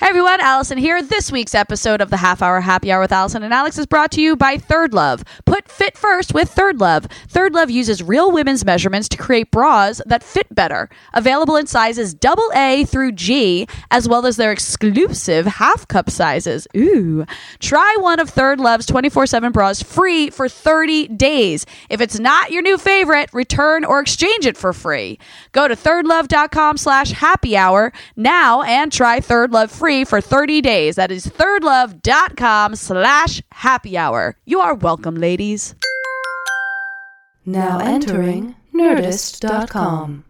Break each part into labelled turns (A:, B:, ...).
A: Hey everyone, Allison here. This week's episode of the Half Hour Happy Hour with Allison and Alex is brought to you by Third Love. Put fit first with Third Love. Third Love uses real women's measurements to create bras that fit better. Available in sizes double A through G, as well as their exclusive half cup sizes. Ooh. Try one of Third Love's 24 7 bras free for 30 days. If it's not your new favorite, return or exchange it for free. Go to thirdlove.com slash happy hour now and try Third Love free for 30 days. That is thirdlove.com slash happy hour. You are welcome, ladies.
B: Now entering Nerdist.com.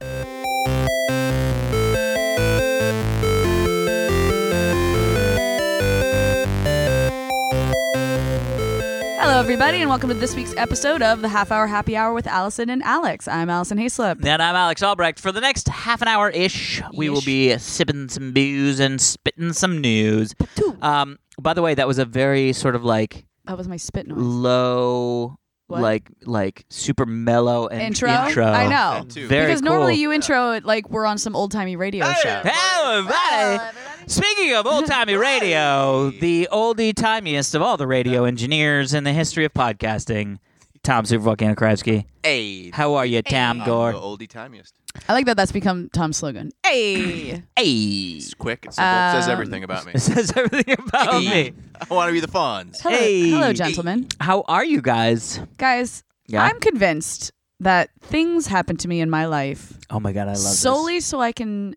A: Hello, everybody, and welcome to this week's episode of the Half Hour Happy Hour with Allison and Alex. I'm Allison Hayslip.
C: And I'm Alex Albrecht. For the next half an hour ish, we will
A: Ish.
C: be sipping some booze and spitting some news. Um, by the way, that was a very sort of like
A: That was my spit noise.
C: low,
A: What?
C: like like super mellow and
A: Intro?
C: intro.
A: I know.
D: too.
C: Very
A: because normally
C: cool.
A: you intro it like we're on some old timey radio show.
C: Hello, everybody. Speaking of old timey radio, the oldie timiest of all the radio engineers in the history of podcasting, Tom Supervolcano Kravsky.
D: Hey,
C: How are you, Tom
D: I'm the
C: Gore?
D: oldie timiest.
A: I like that that's become Tom's slogan. Hey!
C: Hey.
D: It's quick. It's simple. it
A: Um,
D: says everything about me.
C: It says everything about me.
D: I want to be the Fonz.
A: hello,
C: Hey.
A: hello, gentlemen.
C: How are you guys?
A: Guys,
C: Yeah.
A: I'm convinced that things happen to me in my life
C: oh my god, I love this.
A: solely so I can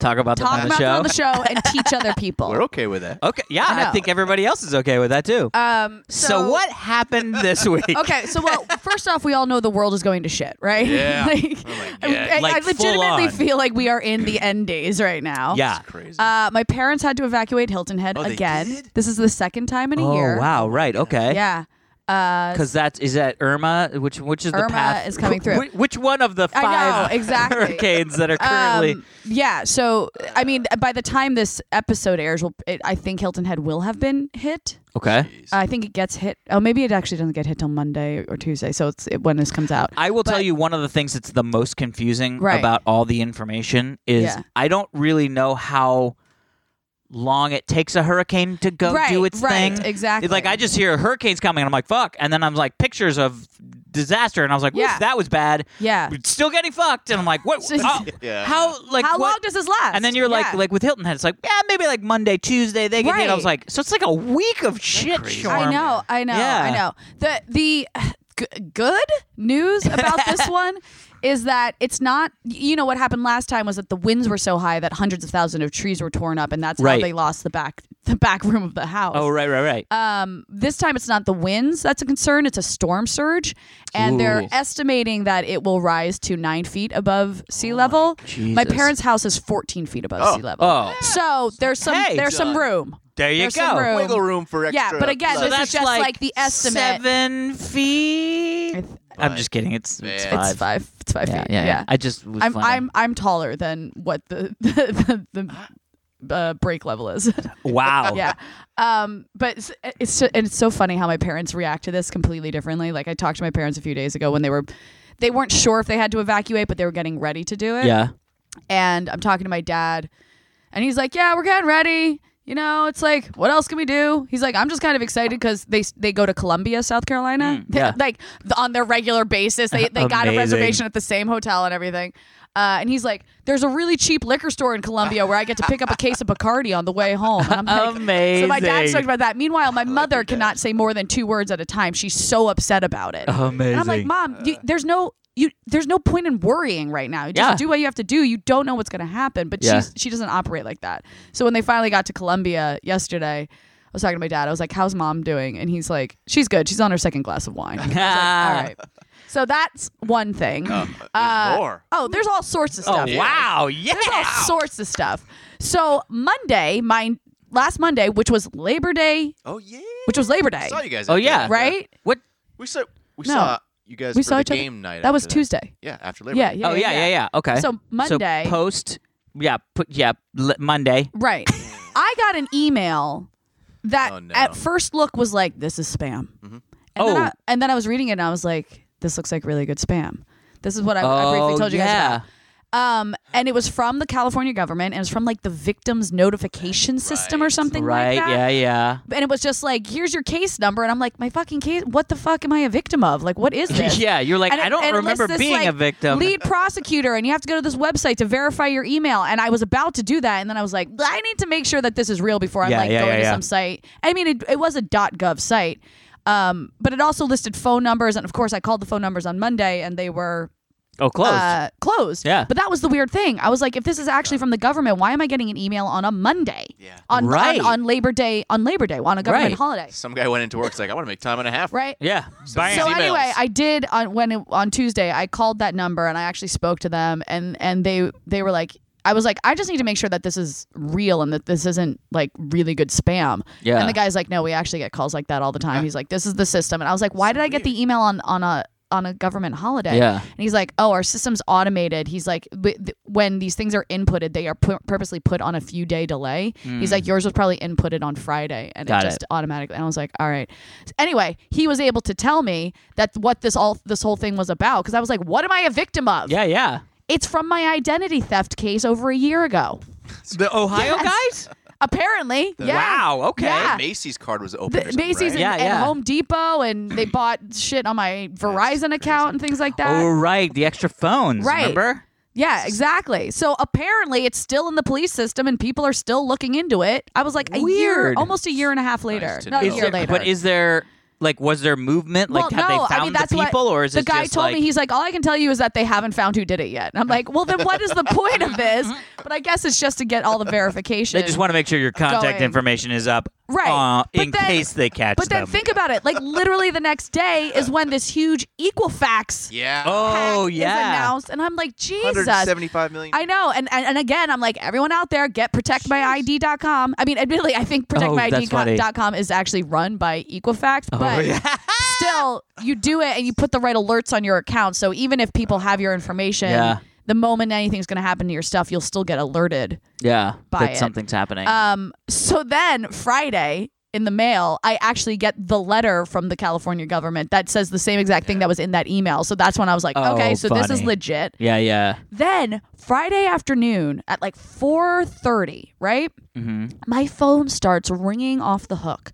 C: talk about them
A: talk
C: on
A: about
C: the
A: them
C: show.
A: on the show and teach other people.
D: We're okay with that.
C: Okay, yeah,
A: I
C: I,
A: know.
C: think everybody else is okay with that too.
A: Um,
C: so, what happened this week?
A: Okay, so well, first off, we all know the world is going to shit, right?
D: Yeah.
A: like,
D: Oh my
A: I-
D: God.
A: I,
C: Like,
A: I
C: full
A: legitimately
C: on.
A: feel like we are in the end days right now.
C: Yeah. Oh,
D: It's crazy.
A: Uh, my parents had to evacuate Hilton Head
D: Oh, they
A: again.
D: did?
A: This is the second time in a
C: Oh
A: year.
C: wow, right? Okay.
A: Yeah. Uh,
C: Because that's is that Irma, which which is
A: Irma
C: the path
A: is coming through.
C: Wh- Which one of the
A: I
C: five
A: know, exactly.
C: hurricanes that are currently?
A: um, yeah. So I mean, by the time this episode airs, we'll, it, I think Hilton Head will have been hit.
C: okay,
A: I think it gets hit. Oh, maybe it actually doesn't get hit till Monday or Tuesday. So it's it, when this comes out.
C: I will tell
A: But-
C: you one of the things that's the most confusing
A: Right.
C: about all the information is
A: Yeah.
C: I don't really know how long it takes a hurricane to go
A: right.
C: do its
A: right.
C: thing.
A: Exactly.
C: It's Like I just hear hurricanes coming, and I'm like, "Fuck!" And then I'm like, pictures of disaster, and I was like, "Oof,
A: Yeah.
C: that was bad."
A: Yeah.
C: It's Still getting fucked, and I'm like, "What?
A: So-
C: oh,
D: Yeah.
C: How like
A: How
C: what?
A: long does this last?
C: and then you're like,
A: Yeah.
C: like with Hilton Head, it's like, yeah, maybe like Monday, Tuesday they get hit. I was
A: Right.
C: like, so it's like a week of shit
D: crazy?
C: storm.
A: I know, I know,
C: Yeah.
A: I know. The the g- good news about this one is that it's not. You know what happened last time was that the winds were so high that hundreds of thousands of trees were torn up, and that's how
C: Right.
A: they lost the back the back room of the house.
C: Oh right, right, right.
A: Um, this time it's not the winds that's a concern; it's a storm surge, and they're
C: Ooh.
A: estimating that it will rise to nine feet above sea level. My
C: Oh Jesus.
A: parents' house is fourteen feet above
D: Oh.
A: sea level,
C: oh,
A: so there's some
C: Hey.
A: there's some
D: Done.
A: room.
C: there you
A: There's
C: go.
A: some room.
D: Wiggle room for extra.
A: Yeah, but again,
C: So
A: this is
C: that's
A: just, like, the estimate.
C: Seven feet.
A: I th-
C: I'm just kidding. It's it's
D: Yeah.
C: five.
A: It's five. It's five
C: Yeah,
A: feet.
C: yeah, yeah, I just was
A: I'm
C: funny.
A: I'm I'm taller than what the the, the, the uh, break level is.
C: wow.
A: yeah. Um. But it's, it's so- and it's so funny how my parents react to this completely differently. Like I talked to my parents a few days ago when they were. They weren't sure if they had to evacuate, but they were getting ready to do it.
C: Yeah.
A: And I'm talking to my dad, and he's like, "Yeah, we're getting ready. You know, it's like, what else can we do?" He's like, "I'm just kind of excited because they they go to Columbia, South Carolina,
C: Mm, yeah.
A: like th- on their regular basis. They they got a
C: Amazing.
A: reservation at the same hotel and everything." Uh, and he's like, "There's a really cheap liquor store in Columbia where I get to pick up a case of Bacardi on the way home." And I'm like,
C: Amazing.
A: So my dad's talking about that. Meanwhile, my mother cannot say more than two words at a time. She's so upset about it.
C: Amazing.
A: And I'm like, Mom, you, there's no you. There's no point in worrying right now. You just
C: Uh. Yeah.
A: do what you have to do. You don't know what's going to happen. But
C: Yeah.
A: she's, she doesn't operate like that. So when they finally got to Columbia yesterday, I was talking to my dad. I was like, "How's mom doing?" And he's like, "She's good. She's on her second glass of wine." I was like, All right. So that's one thing.
D: Uh, there's more.
A: Oh, there's all sorts of
C: Oh
A: stuff.
C: wow! Yeah.
A: There's all sorts of stuff. So Monday, my last Monday, which was Labor Day,
D: Oh yeah.
A: which was Labor Day,
D: saw you guys.
C: Oh,
D: after
C: yeah.
D: that.
A: right?
C: What?
D: We saw. We
A: No.
D: saw you guys.
A: We
D: for
A: saw
D: the
A: each other-
D: game night.
A: That was
D: after
A: Tuesday.
D: Yeah, after Labor.
A: Yeah,
D: Day.
A: yeah.
C: oh yeah, yeah, yeah. Okay.
A: So Monday,
C: So post. Yeah. Put. Yeah. L- Monday.
A: Right.
C: Mm.
A: I got an email that
D: Oh, no.
A: at first look was like, this is spam. And, then
C: Oh.
A: I, and then I was reading it and I was like, this looks like really good spam. This is what I, I briefly
C: Oh,
A: told you
C: yeah.
A: guys Um, and it was from the California government, and it was from like the victims notification system or
D: Right.
A: something
C: right?
A: like that.
C: yeah, yeah.
A: And it was just like, here's your case number, and I'm like, my fucking case. What the fuck am I a victim of? Like, what is this?
C: Yeah, you're like,
A: And it-
C: I don't
A: and it lists
C: remember
A: this,
C: being
A: like,
C: a victim.
A: Lead prosecutor, and you have to go to this website to verify your email. And I was about to do that, and then I was like, I need to make sure that this is real before I'm
C: Yeah,
A: like
C: yeah,
A: going
C: yeah,
A: to
C: yeah.
A: some site. I mean, it, it was a .gov site, um, but it also listed phone numbers, and of course, I called the phone numbers on Monday, and they were
C: oh, close.
A: uh, closed.
C: Yeah.
A: But that was the weird thing. I was like, if this is actually from the government, why am I getting an email on a Monday?
D: Yeah.
A: On, on-
C: Right.
A: on, Labor Day, on Labor Day, on a government
C: Right.
A: holiday.
D: Some guy went into work. He's like, I want to make time and a half.
A: Right.
C: yeah. Bam.
A: So
D: Emails.
A: anyway, I did on when it, on Tuesday I called that number and I actually spoke to them and and they they were like I was like I just need to make sure that this is real and that this isn't like really good spam.
C: Yeah.
A: And the guy's like, no, we actually get calls like that all the time. He's like, this is the system. And I was like, why did I get the email on on a on a government holiday?
C: Yeah.
A: And he's like, oh, our system's automated. He's like, "But th- when these things are inputted, they are pu- purposely put on a few day delay. He's like, yours was probably inputted on Friday and
C: Hmm. Got
A: it
C: it.
A: just automatically. And I was like, all right. Anyway, he was able to tell me that what this all this whole thing was about because I was like, what am I a victim of?
C: yeah, yeah.
A: It's from my identity theft case over a year ago.
C: The Ohio
A: Yes.
C: guys?
A: Apparently, yeah.
C: Wow, okay.
A: Yeah.
D: Macy's card was open.
A: The-
D: or something,
A: Macy's
D: right?
A: and,
C: Yeah,
A: and
C: yeah.
A: Home Depot, and they bought shit on my Verizon account and things like that.
C: Oh, right. The extra phones.
A: Right.
C: Remember?
A: Yeah, exactly. So apparently it's still in the police system and people are still looking into it. I was like a year,
C: Weird.
A: almost a year and a half later.
D: to
A: Not a
D: know.
A: year
C: there,
A: later.
C: But is there, like, was there movement? Like,
A: well,
C: have
A: no,
C: they found
A: I mean that's
C: the
A: what-
C: people, or is
A: the
C: it
A: guy
C: just
A: told
C: like,
A: me he's like, all I can tell you is that they haven't found who did it yet. And I'm like, well, then what is the point of this? But I guess it's just to get all the verification.
C: they just want to make sure your contact
A: Going.
C: information is up,
A: Right.
C: uh,
A: But
C: in
A: then-
C: case they catch
A: but then
C: them.
A: think about it. Like literally the next day is when this huge Equifax
D: Yeah.
A: hack
C: oh
A: is
C: yeah.
A: announced, and I'm like, Jesus,
D: 175 million.
A: I know. And, and and again, I'm like, everyone out there, get protectmyid.com. I mean, admittedly, I think
C: Oh, that's funny. Oh,
A: protectmyid.com is actually run by Equifax, but still, you do it and you put the right alerts on your account. So even if people have your information,
C: Yeah.
A: the moment anything's going to happen to your stuff, you'll still get alerted.
C: Yeah.
A: Buy
C: that
A: it.
C: something's happening.
A: Um, so then Friday in the mail, I actually get the letter from the California government that says the same exact thing that was in that email. So that's when I was like,
C: Oh,
A: okay, so this is
C: funny.
A: legit.
C: yeah, yeah.
A: Then Friday afternoon at like 4:30, right?
C: Mm-hmm.
A: My phone starts ringing off the hook.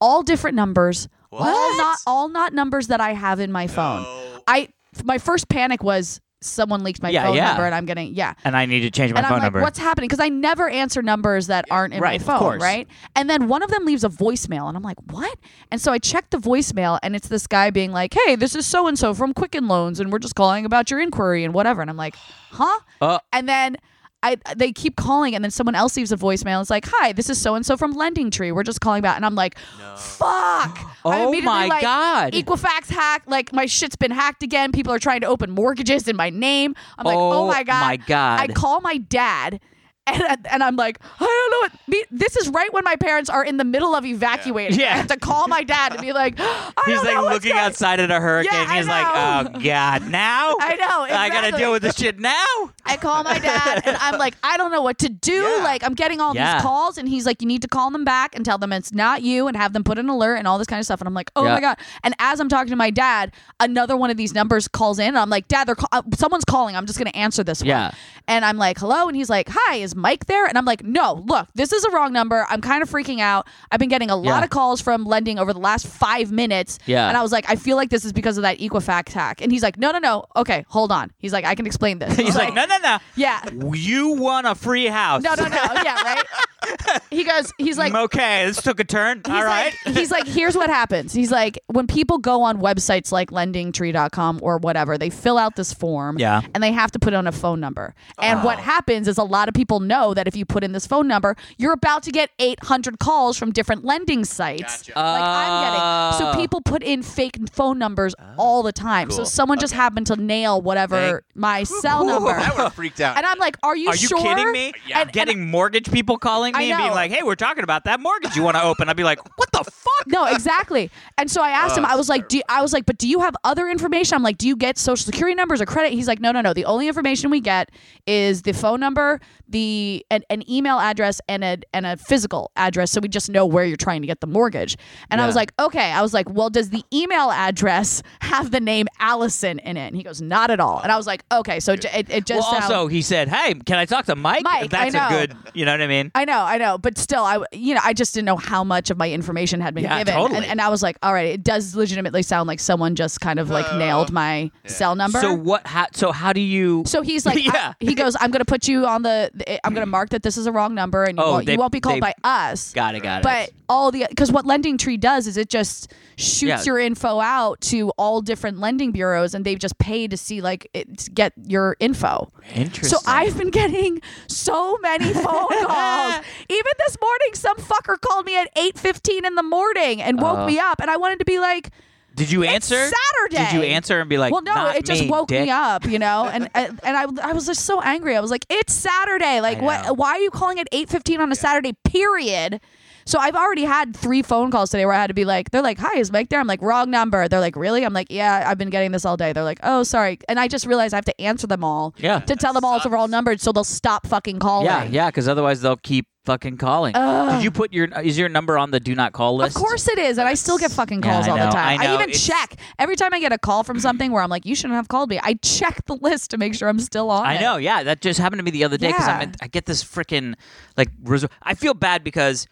A: All different numbers, all
D: What?
A: not all not numbers that I have in my phone. I my first panic was someone leaked my
C: Yeah,
A: phone
C: yeah.
A: number and I'm getting yeah.
C: And I need to change my
A: And I'm
C: phone
A: like,
C: number.
A: what's happening? Because I never answer numbers that aren't in
C: right,
A: my
C: of
A: phone,
C: course.
A: right? And then one of them leaves a voicemail, and I'm like, what? And so I check the voicemail, and it's this guy being like, hey, this is so and so from Quicken Loans, and we're just calling about your inquiry and whatever. And I'm like, huh?
C: Uh.
A: and then. I, they keep calling and then someone else leaves a voicemail. It's like, "Hi, this is so and so from Lending Tree. We're just calling about." And I'm like, "Fuck!" I'm
C: Oh
A: immediately
C: my
A: like,
C: God.
A: Equifax hack. Like my shit's been hacked again. People are trying to open mortgages in my name. I'm like, "Oh
C: Oh
A: my god!"
C: my God.
A: I call my dad. And, and I'm like, I don't know. What, me, this is right when my parents are in the middle of evacuating.
C: Yeah.
A: I have to call my dad and be like, I
C: He's
A: don't know
C: like
A: what's
C: looking
A: going-
C: outside at a hurricane.
A: Yeah, I
C: He's like,
A: know.
C: oh god, now
A: I know,
C: I gotta
A: exactly.
C: deal with this shit now.
A: I call my dad and I'm like, I don't know what to do.
D: Yeah.
A: Like, I'm getting all
C: Yeah.
A: these calls, and he's like, you need to call them back and tell them it's not you and have them put an alert and all this kind of stuff. And I'm like, oh
C: Yeah.
A: my God. And as I'm talking to my dad, another one of these numbers calls in, and I'm like, Dad, they're call- uh, someone's calling. I'm just going to answer this one.
C: Yeah.
A: And I'm like, hello. And he's like, hi, is Mike there? And I'm like, no, look, this is a wrong number. I'm kind of freaking out. I've been getting a lot
C: Yeah.
A: of calls from lending over the last five minutes.
C: Yeah.
A: And I was like, I feel like this is because of that Equifax hack. And he's like, no, no, no. Okay, hold on. He's like, I can explain this.
C: He's like, no, no, no.
A: yeah.
C: You won a free house. Mm,
A: No, no, no. Yeah, right. He goes. He's like.
C: okay, this took a turn.
A: He's
C: All right.
A: like, he's like, here's what happens. He's like, when people go on websites like lendingtree.com or whatever, they fill out this form
C: Yeah. Oh.
A: and they have to put in a phone number. And what happens is a lot of people know that if you put in this phone number, you're about to get 800 calls from different lending sites.
D: Gotcha.
A: Like I'm getting. So
C: Oh.
A: people put in fake phone numbers all the time. So
D: Cool.
A: someone just happened to nail whatever
D: Thank-
A: my cell number.
D: I would have freaked out.
A: And I'm like, are you
C: Are you
A: sure?
C: kidding me?
A: Yeah. And-
C: Getting mortgage people calling
A: I
C: me and being
A: know.
C: like, hey, we're talking about that mortgage you want to open. I'd be like, what the fuck?
A: No, exactly. And so I asked
C: Oh,
A: him. I was like, do you, I was like, but do you have other information? I'm like, do you get social security numbers or credit? He's like, no, no, no. The only information we get is the phone number, the an, an email address, and a and a physical address. So we just know where you're trying to get the mortgage. And I was like, okay. I was like, well, does the email address have the name Allison in it? And he goes, not at all. And I was like, okay. So it, it, it
C: Well,
A: just sounds-
C: also he said, "Hey, can I talk to Mike?"
A: Mike, I
C: That's
A: know.
C: a good. You know what I mean?
A: I know, I know, but still, I you know, I just didn't know how much of my information had been
C: Yeah,
A: given,
C: totally.
A: and, and I was like, all right, it does legitimately sound like someone just kind of like nailed my cell number.
C: Uh, So what? How, so how do you?
A: So he's like, I-
C: Yeah.
A: he goes, I'm going to put you on the, the- I'm going to mark that this is a wrong number, and you,
C: Oh,
A: won't,
C: they-
A: you won't be called
C: they-
A: by us.
C: got it. Got it.
A: But all the because what Lending Tree does is it just shoots
C: Yeah.
A: your info out to all different lending bureaus, and they've just paid to see like it, to get your info.
C: Interesting.
A: So I've been getting so many phone calls. Even this morning, some fucker called me at eight fifteen in the morning and woke
C: Oh.
A: me up, and I wanted to be like,
C: Did you answer?
A: Saturday.
C: Did you answer and be like,
A: "Well, no,
C: "Not
A: it just
C: me,
A: woke
C: dick."
A: me up," you know. And and I, I was just so angry. I was like, "It's Saturday. Like,
C: I know.
A: what? Why are you calling at eight fifteen on a Saturday? Period." So I've already had three phone calls today where I had to be like, "They're like, hi, is Mike there?" I'm like, "Wrong number." They're like, "Really?" I'm like, "Yeah, I've been getting this all day." They're like, "Oh, sorry," and I just realized I have to answer them all.
C: Yeah.
A: To tell them all it's the wrong number, so they'll stop fucking calling.
C: Yeah, yeah, because otherwise they'll keep fucking calling. Did you put your is your number on the do not call list?
A: Of course it is, and I still get fucking
C: Yeah,
A: calls
C: I
A: all the
C: know,
A: time.
C: I
A: I,
C: know.
A: even
C: It's-
A: check every time I get a call from something where I'm like, "You shouldn't have called me." I check the list to make sure I'm still on.
C: I
A: it.
C: know. Yeah, that just happened to me the other day because
A: Yeah.
C: I get this freaking like res- I feel bad because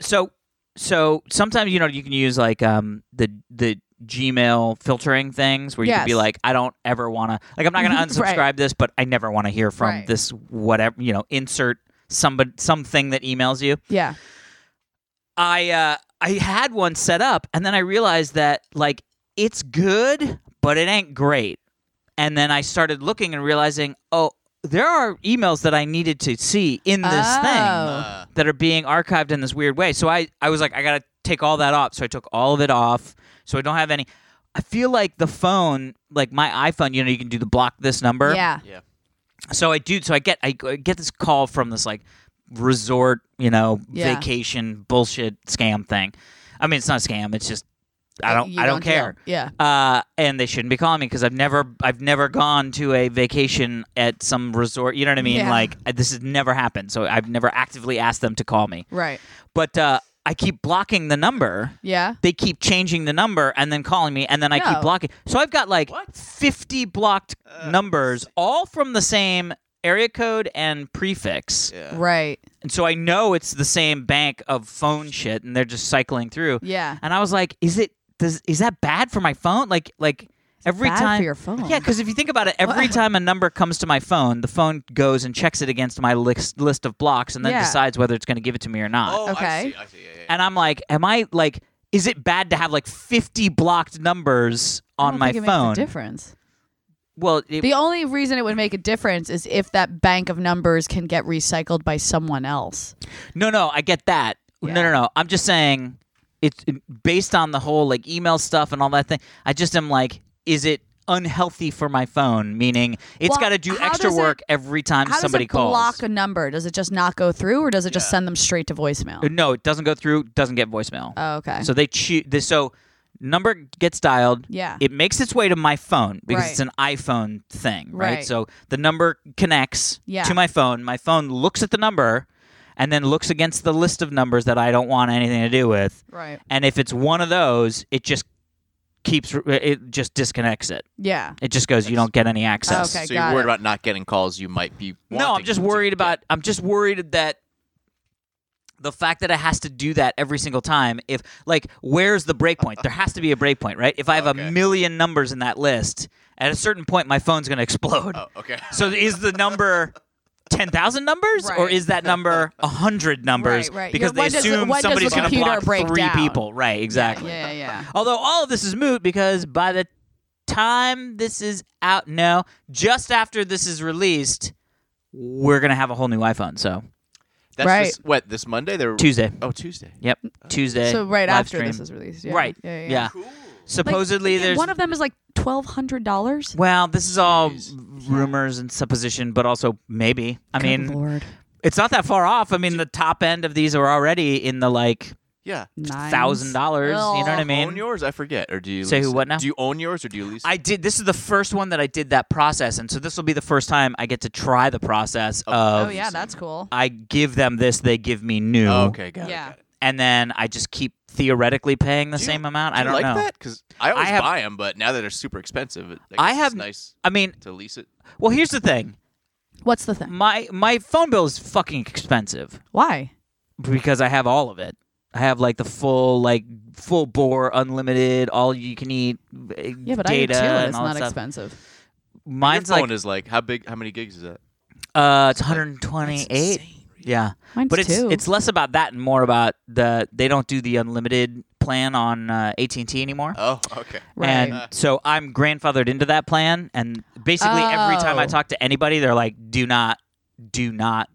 C: so so sometimes you know you can use like um the the Gmail filtering things where you can be
A: Yes.
C: like I don't ever want to like I'm not going to unsubscribe
A: Right.
C: this but I never want to hear from
A: Right.
C: this whatever you know insert somebody something that emails you.
A: Yeah.
C: I uh, I had one set up, and then I realized that like it's good, but it ain't great. And then I started looking and realizing, oh, there are emails that I needed to see in this
A: Oh.
D: Uh,
C: thing that are being archived in this weird way. So I I was like, I gotta take all that off. So I took all of it off. So I don't have any. I feel like the phone, like my iPhone, you know, you can do the block this number
A: Yeah.
D: yeah.
C: so I do. So I get I g- I get this call from this like resort, you know,
A: Yeah.
C: vacation bullshit scam thing. I mean, it's not a scam. It's just I
A: You-
C: don't
A: you
C: I don't,
A: deal.
C: care.
A: Yeah.
C: Uh, and they shouldn't be calling me because I've never I've never gone to a vacation at some resort. You know what I mean?
A: Yeah.
C: Like I- this has never happened. So I've never actively asked them to call me.
A: Right.
C: But uh, I keep blocking the number
A: Yeah.
C: they keep changing the number and then calling me and then I keep
A: No. Uh,
C: blocking. So I've got like
D: What?
C: 50 blocked numbers all from the same area code and prefix.
D: Yeah.
A: Right.
C: And so I know it's the same bank of phone shit and they're just cycling through.
A: Yeah.
C: And I was like, is it does is that bad for my phone? Like like every
A: bad for
C: time
A: your phone.
C: Yeah, cuz if you think about it, every time a number comes to my phone, the phone goes and checks it against my list, list of blocks and then
A: Yeah.
C: decides whether it's going to give it to me or not.
D: Oh, I
A: Okay.
D: see. I see. Yeah, yeah, yeah.
C: And I'm like, am I like, is it bad to have like 50 blocked numbers
A: I
C: on
A: don't
C: my
A: think it
C: phone?
A: Makes a difference.
C: well, it,
A: The only reason it would make a difference is if that bank of numbers can get recycled by someone else.
C: no, no, I get that.
A: Yeah.
C: No, no, no. I'm just saying it's it- based on the whole like email stuff and all that thing. I just am like, is it unhealthy for my phone? Meaning it's
A: Well,
C: got to do
A: how
C: extra
A: does it-
C: work every time
A: How
C: somebody
A: does it
C: calls.
A: block a number? Does it just not go through, or does it just
D: Yeah.
A: send them straight to voicemail?
C: Uh, no, it doesn't go through, doesn't get voicemail.
A: Oh, okay.
C: So they choose. So number gets dialed.
A: Yeah.
C: It makes its way to my phone because
A: Right.
C: it's an iPhone thing, right?
A: Right.
C: So the number connects
A: Yeah.
C: to my phone. My phone looks at the number, and then looks against the list of numbers that I don't want anything to do with.
A: right.
C: And if it's one of those, it just keeps. It just disconnects it.
A: Yeah.
C: It just goes. You don't get any access.
A: Okay,
D: so you're
A: got
D: worried
A: it.
D: about not getting calls you might be
C: No, I'm
D: wanting
C: just
D: to
C: worried
D: get.
C: about. I'm just worried that the fact that it has to do that every single time. If like, where's the breakpoint? There has to be a breakpoint, right? If I have a
D: Okay.
C: million numbers in that list, at a certain point, my phone's going to explode.
D: Oh, okay.
C: So is the number? 10,000 numbers or
A: Right.
C: is that number 100 numbers
A: Right, right. Yeah,
C: because they
A: when does the-
C: assume
A: when does the
C: somebody's going to
A: computer
C: block
A: break
C: three
A: down?
C: people right exactly
A: Yeah. Yeah.
C: Although all of this is moot because by the time this is out now, just after this is released, we're gonna have a whole new iPhone. So
D: That's
A: Right.
D: This, what this Monday? They're
C: Tuesday.
D: Oh, Tuesday.
C: Yep. Tuesday.
A: yeah. So right
C: live
A: after
C: stream.
A: this is released. Yeah.
C: Right.
A: Yeah. Yeah.
C: Yeah.
A: Like,
C: Supposedly
A: yeah,
C: there's
A: one of them is like twelve hundred dollars.
C: well, this is all rumors and supposition, but also maybe. I mean,
A: Lord.
C: it's not that far off. I mean, the top end of these are already in the like
D: Yeah.
A: Nines.
C: thousand dollars. You know what I
A: Ugh.
C: mean?
D: own yours? I forget. Or do you
C: Say
D: lease
C: who
D: it?
C: what now?
D: Do you own yours or do you lease? it?
C: I did. This is the first one that I did that process, and so this will be the first time I get to try the process of
A: Oh yeah, that's cool.
C: I give them this, they give me new.
D: Oh, okay, got
A: Yeah.
D: it. Got it.
C: and then I just keep theoretically paying the
D: Do you-
C: same amount.
D: Do
C: I
D: you
C: don't
D: like
C: know.
D: that because I always buy 'em,
C: have-
D: buy them, but now that they're super expensive, it-
C: I
D: guess
C: have-
D: it's nice
C: I mean,
D: to lease it.
C: well, here's the thing.
A: What's the thing?
C: My my phone bill is fucking expensive
A: Why?
C: because I have all of it. I have like the full like full bore unlimited all you can eat
A: Yeah, but
C: data
A: I do too, and
C: and
A: it's
C: all
A: not
C: that stuff.
A: expensive.
C: Mine's
D: Your phone
C: like
D: is like how big? How many gigs is that?
C: uh it's 128. Yeah.
A: Mine's
C: but it's
A: two.
C: it's less about that and more about the they don't do the unlimited plan on uh, AT&T anymore.
D: Oh, okay.
A: right.
C: And so I'm grandfathered into that plan. And basically, every time I
A: Oh.
C: talk to anybody, they're like, "Do not, do not."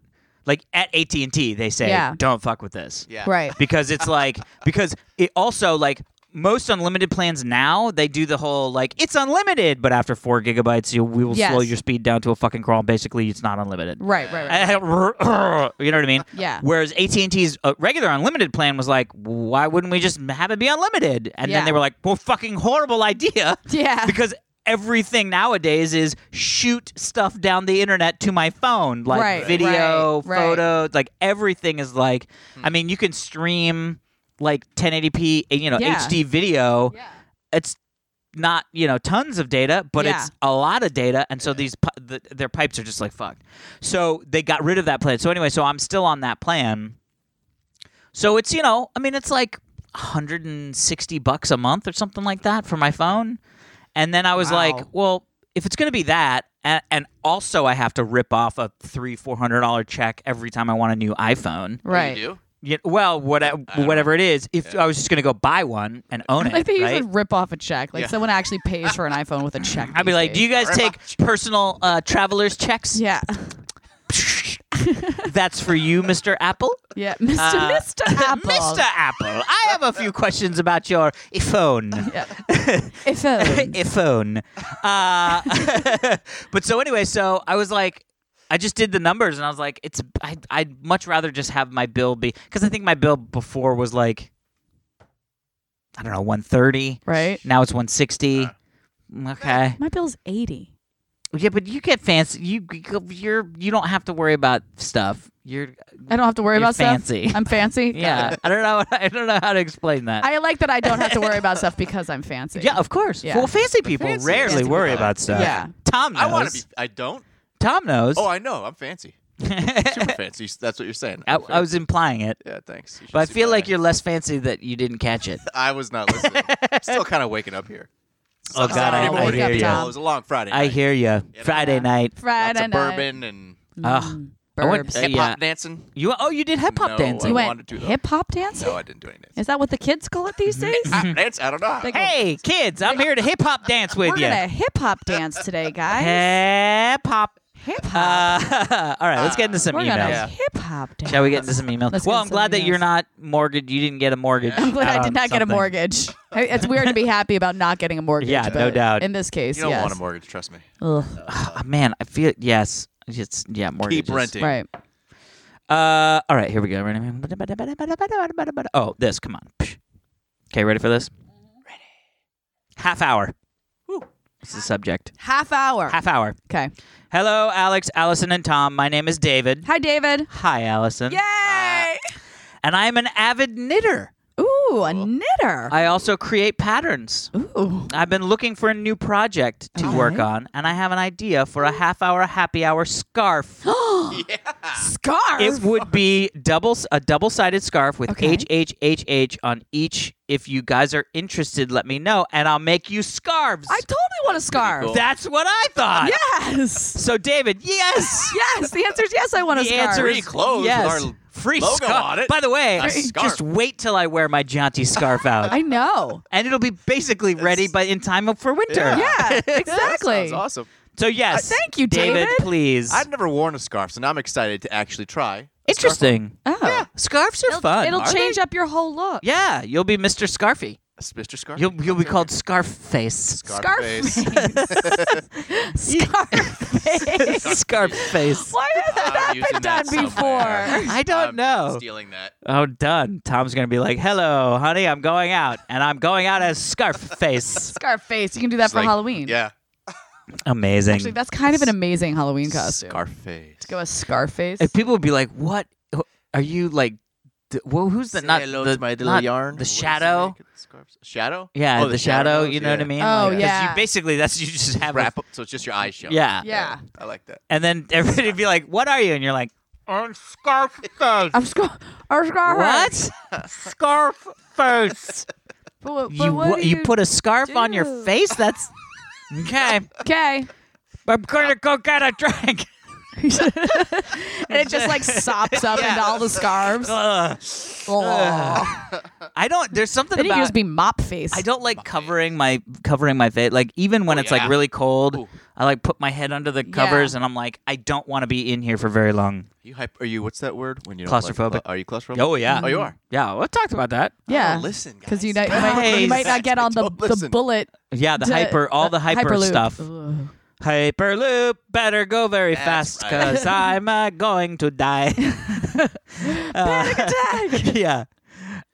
C: Like at AT and T, they say,
A: Yeah.
C: "Don't fuck with this,"
D: Yeah.
A: right.
C: because it's like because it also like most unlimited plans now they do the whole like it's unlimited, but after four gigabytes, you we will
A: Yes.
C: slow your speed down to a fucking crawl. Basically, it's not unlimited.
A: Right, right, right.
C: you know what I mean?
A: Yeah.
C: Whereas AT and T's uh, regular unlimited plan was like, why wouldn't we just have it be unlimited? And
A: Yeah.
C: then they were like, well, fucking horrible idea,
A: Yeah.
C: because everything nowadays is shoot stuff down the internet to my phone, like
A: Right,
C: video,
A: right, right.
C: photos, like everything is like, I mean, you can stream like 1080p, eh, you know,
A: Yeah.
C: HD video.
A: Yeah.
C: It's not you know tons of data, but
A: Yeah.
C: it's a lot of data, and so these pi- the, their pipes are just like fucked. So they got rid of that plan. So anyway, so I'm still on that plan. So it's you know, I mean, it's like 160 bucks a month or something like that for my phone, and then I was
A: Wow.
C: like, well, if it's gonna be that, and, and also I have to rip off a three four hundred dollar check every time I want a new iPhone.
D: What do
A: right.
D: Oh, You do?
C: You well, what,
D: know.
C: whatever it is, if I was just gonna go buy one and own it,
A: Like they
C: right?
A: usually rip off a check. Like
D: Yeah.
A: someone actually pays for an iPhone with a check.
C: I'd be
A: these
C: like,
A: days.
C: "Do you guys
D: Very
C: take personal uh, travelers checks?
A: Yeah,
C: That's for you, Mr. Apple."
A: yeah, Mr.
C: Uh,
A: Mr. Apple,
C: Mr. Apple, I have a few questions about your iPhone.
A: Yeah. iPhone.
C: iPhone. Uh, but so anyway, so I was like, I just did the numbers, and I was like, it's I, I'd much rather just have my bill be because I think my bill before was like, I don't know, one thirty.
A: right?
C: Now it's one sixty. Okay.
A: My bill's eighty.
C: Yeah, but you get fancy. You you're you don't have to worry about stuff. You're
A: I don't have to worry
C: You're
A: about
C: fancy.
A: stuff. I'm fancy.
C: yeah. I don't know. I don't know how to explain that.
A: I like that I don't have to worry about stuff because I'm fancy.
C: yeah, of course.
A: Yeah.
C: Well, fancy people
D: fancy-
C: rarely
D: fancy
C: worry
D: people.
C: about stuff.
A: Yeah.
C: Tom knows.
D: I want to be. I don't.
C: Tom knows.
D: Oh, I know. I'm fancy. Super fancy. That's what you're saying.
C: I,
D: I'm
C: I was implying it,
D: fancy. Yeah, thanks. You should
C: but I
D: see
C: feel
D: my-
C: like you're less fancy that you didn't catch it.
D: I was not listening. Still kind of waking up here.
C: Oh, God, I
D: Saturday morning.
A: hear
D: It
A: ya.
D: was a long Friday.
C: I
D: night.
C: hear you. Friday night.
A: Friday
D: Lots of
A: night. Mm.
D: bourbon and
C: Ugh. I went-
A: Burbs.
C: So,
D: hip hop
C: yeah.
D: dancing.
C: You oh you did hip hop
D: No,
C: dancing.
D: I
A: you
D: wanted
A: went
D: to, though.
A: hip hop dancing.
D: No, I didn't do any dancing.
A: Is that what the kids call it these days?
D: Ah, dance? I don't know.
A: Big
C: Hey kids, I'm here to hip hop dance with
A: We're
C: you.
A: gonna hip hop dance today, guys.
C: Hip hop.
A: Hip hop.
C: Uh, all right, let's get into some
A: We're
C: emails.
A: gonna
D: Yeah.
A: hip hop dance.
C: Shall we get into some emails?
A: Let's
C: well,
A: get
C: I'm
A: some
C: glad that
A: emails.
C: you're not mortgaged. You didn't get a mortgage.
A: I'm glad
C: out
A: I
C: on
A: did not get a
C: something.
A: mortgage. I- It's weird to be happy about not getting a mortgage.
C: Yeah, no
A: but
C: doubt.
A: In this case,
D: You don't
A: yes.
D: want a mortgage, trust me.
A: Ugh,
C: Oh, man, I feel yes. It's yeah, mortgages.
D: Keep renting.
A: right.
C: Uh, all right, here we go. Ready? Oh, this. Come on. Okay, ready for this? Ready. Half hour. What's the subject?
A: Half hour.
C: Half hour.
A: okay.
C: Hello, Alex, Allison, and Tom. My name is David.
A: Hi, David.
C: Hi, Allison.
D: Uh,
A: Yay!
C: And I am an avid knitter.
A: Ooh, a knitter.
C: I also create patterns.
A: Ooh.
C: I've been looking for a new project to work on, and I have an idea for a half hour happy hour scarf.
A: Scarf.
C: it would be double s- a double sided scarf with
A: Okay.
C: HHHH on each. If you guys are interested, let me know, and I'll make you scarves.
A: I totally want a scarf.
D: cool.
C: That's what I thought.
A: Yes.
C: So David, yes.
A: Yes. The answer is yes. I want a
C: the
A: scarf.
C: answer
D: Free
C: is
D: clothes with
C: yes.
D: our
C: Free
D: logo
C: scarf.
D: on it.
C: By the way,
D: A scarf.
C: just wait till I wear my jaunty scarf out,
A: I know.
C: and it'll be basically ready by in time for winter.
A: Yeah.
D: That
A: Exactly.
D: sounds awesome.
C: So yes,
A: I- thank you, David.
C: Please.
D: I've never worn a scarf, so now I'm excited to actually try.
C: Interesting.
A: Oh.
C: Scarves are fun.
A: It'll
C: aren't
A: change
C: they?
A: up your whole look.
C: Yeah, you'll be Mr. Scarfy.
D: Mr. Scarf.
C: You'll you'll be called Scarface.
D: Scarface.
A: Scarface.
C: Scarface.
A: Why
D: I'm
A: hasn't that
D: using
A: been done
D: that somewhere.
A: before?
C: I don't
D: I'm
C: know.
D: Stealing that.
C: Oh, done. Tom's gonna be like, "Hello, honey. I'm going out, and I'm going out as Scarface."
A: Scarface. You can do that
D: It's
A: for
D: like-
A: Halloween.
D: Yeah.
C: Amazing.
A: Actually, that's kind of an amazing Halloween costume.
D: Scarface.
A: Go a Scarface.
C: If people would be like, "What? Are you like? d- Well, who's the
D: Say
C: not
D: hello
C: the
D: to my little
C: not
D: yarn.
C: the shadow?
D: Shadow.
C: Yeah,
D: Oh,
C: the, shadow.
D: shadows,
C: You know what I
D: yeah.
C: mean?
A: Oh,
C: 'cause
A: yeah.
C: You basically that's you just have a-
D: Wrap up, so it's just your eyes showing.
C: Yeah.
A: Yeah.
D: I like that.
C: And then everybody would be like, "What are you?" And you're like, "I'm Scarface."
A: I'm Scar. Or Scar.
C: what? Scarface.
A: But, what- but
C: you
A: what
C: wha-
A: do
C: you put a scarf on your
A: do?
C: face? That's okay.
A: Okay.
C: I'm gonna go get a drink.
A: and it just like sops up into all the scarves.
C: Ugh.
A: Aw.
C: I don't. There's something
A: Then you
C: about.
A: can just be mop face.
C: I don't like covering my covering my face. Like even when
D: Oh,
C: it's
D: yeah.
C: like really cold,
D: Ooh.
C: I like put my head under the covers, and I'm like, I don't want to be in here for very long.
D: You hype? Are you? What's that word? When you don't like-
C: Claustrophobic.
D: are you claustrophobic?
C: Oh, yeah.
D: Oh, you are.
C: Yeah, we talked about that.
A: Yeah.
D: Oh, listen, guys.
A: Because you, might- you might- you might not get on the,
D: Don't
A: the
D: listen.
A: bullet.
C: Yeah, the
A: to-
C: hyper, all the hyper
A: Hyperloop.
C: stuff.
A: Ugh.
C: Hyperloop, better go very
D: That's
C: fast,
D: right.
C: cause I'm uh, going to die. Panic attack. Uh, yeah.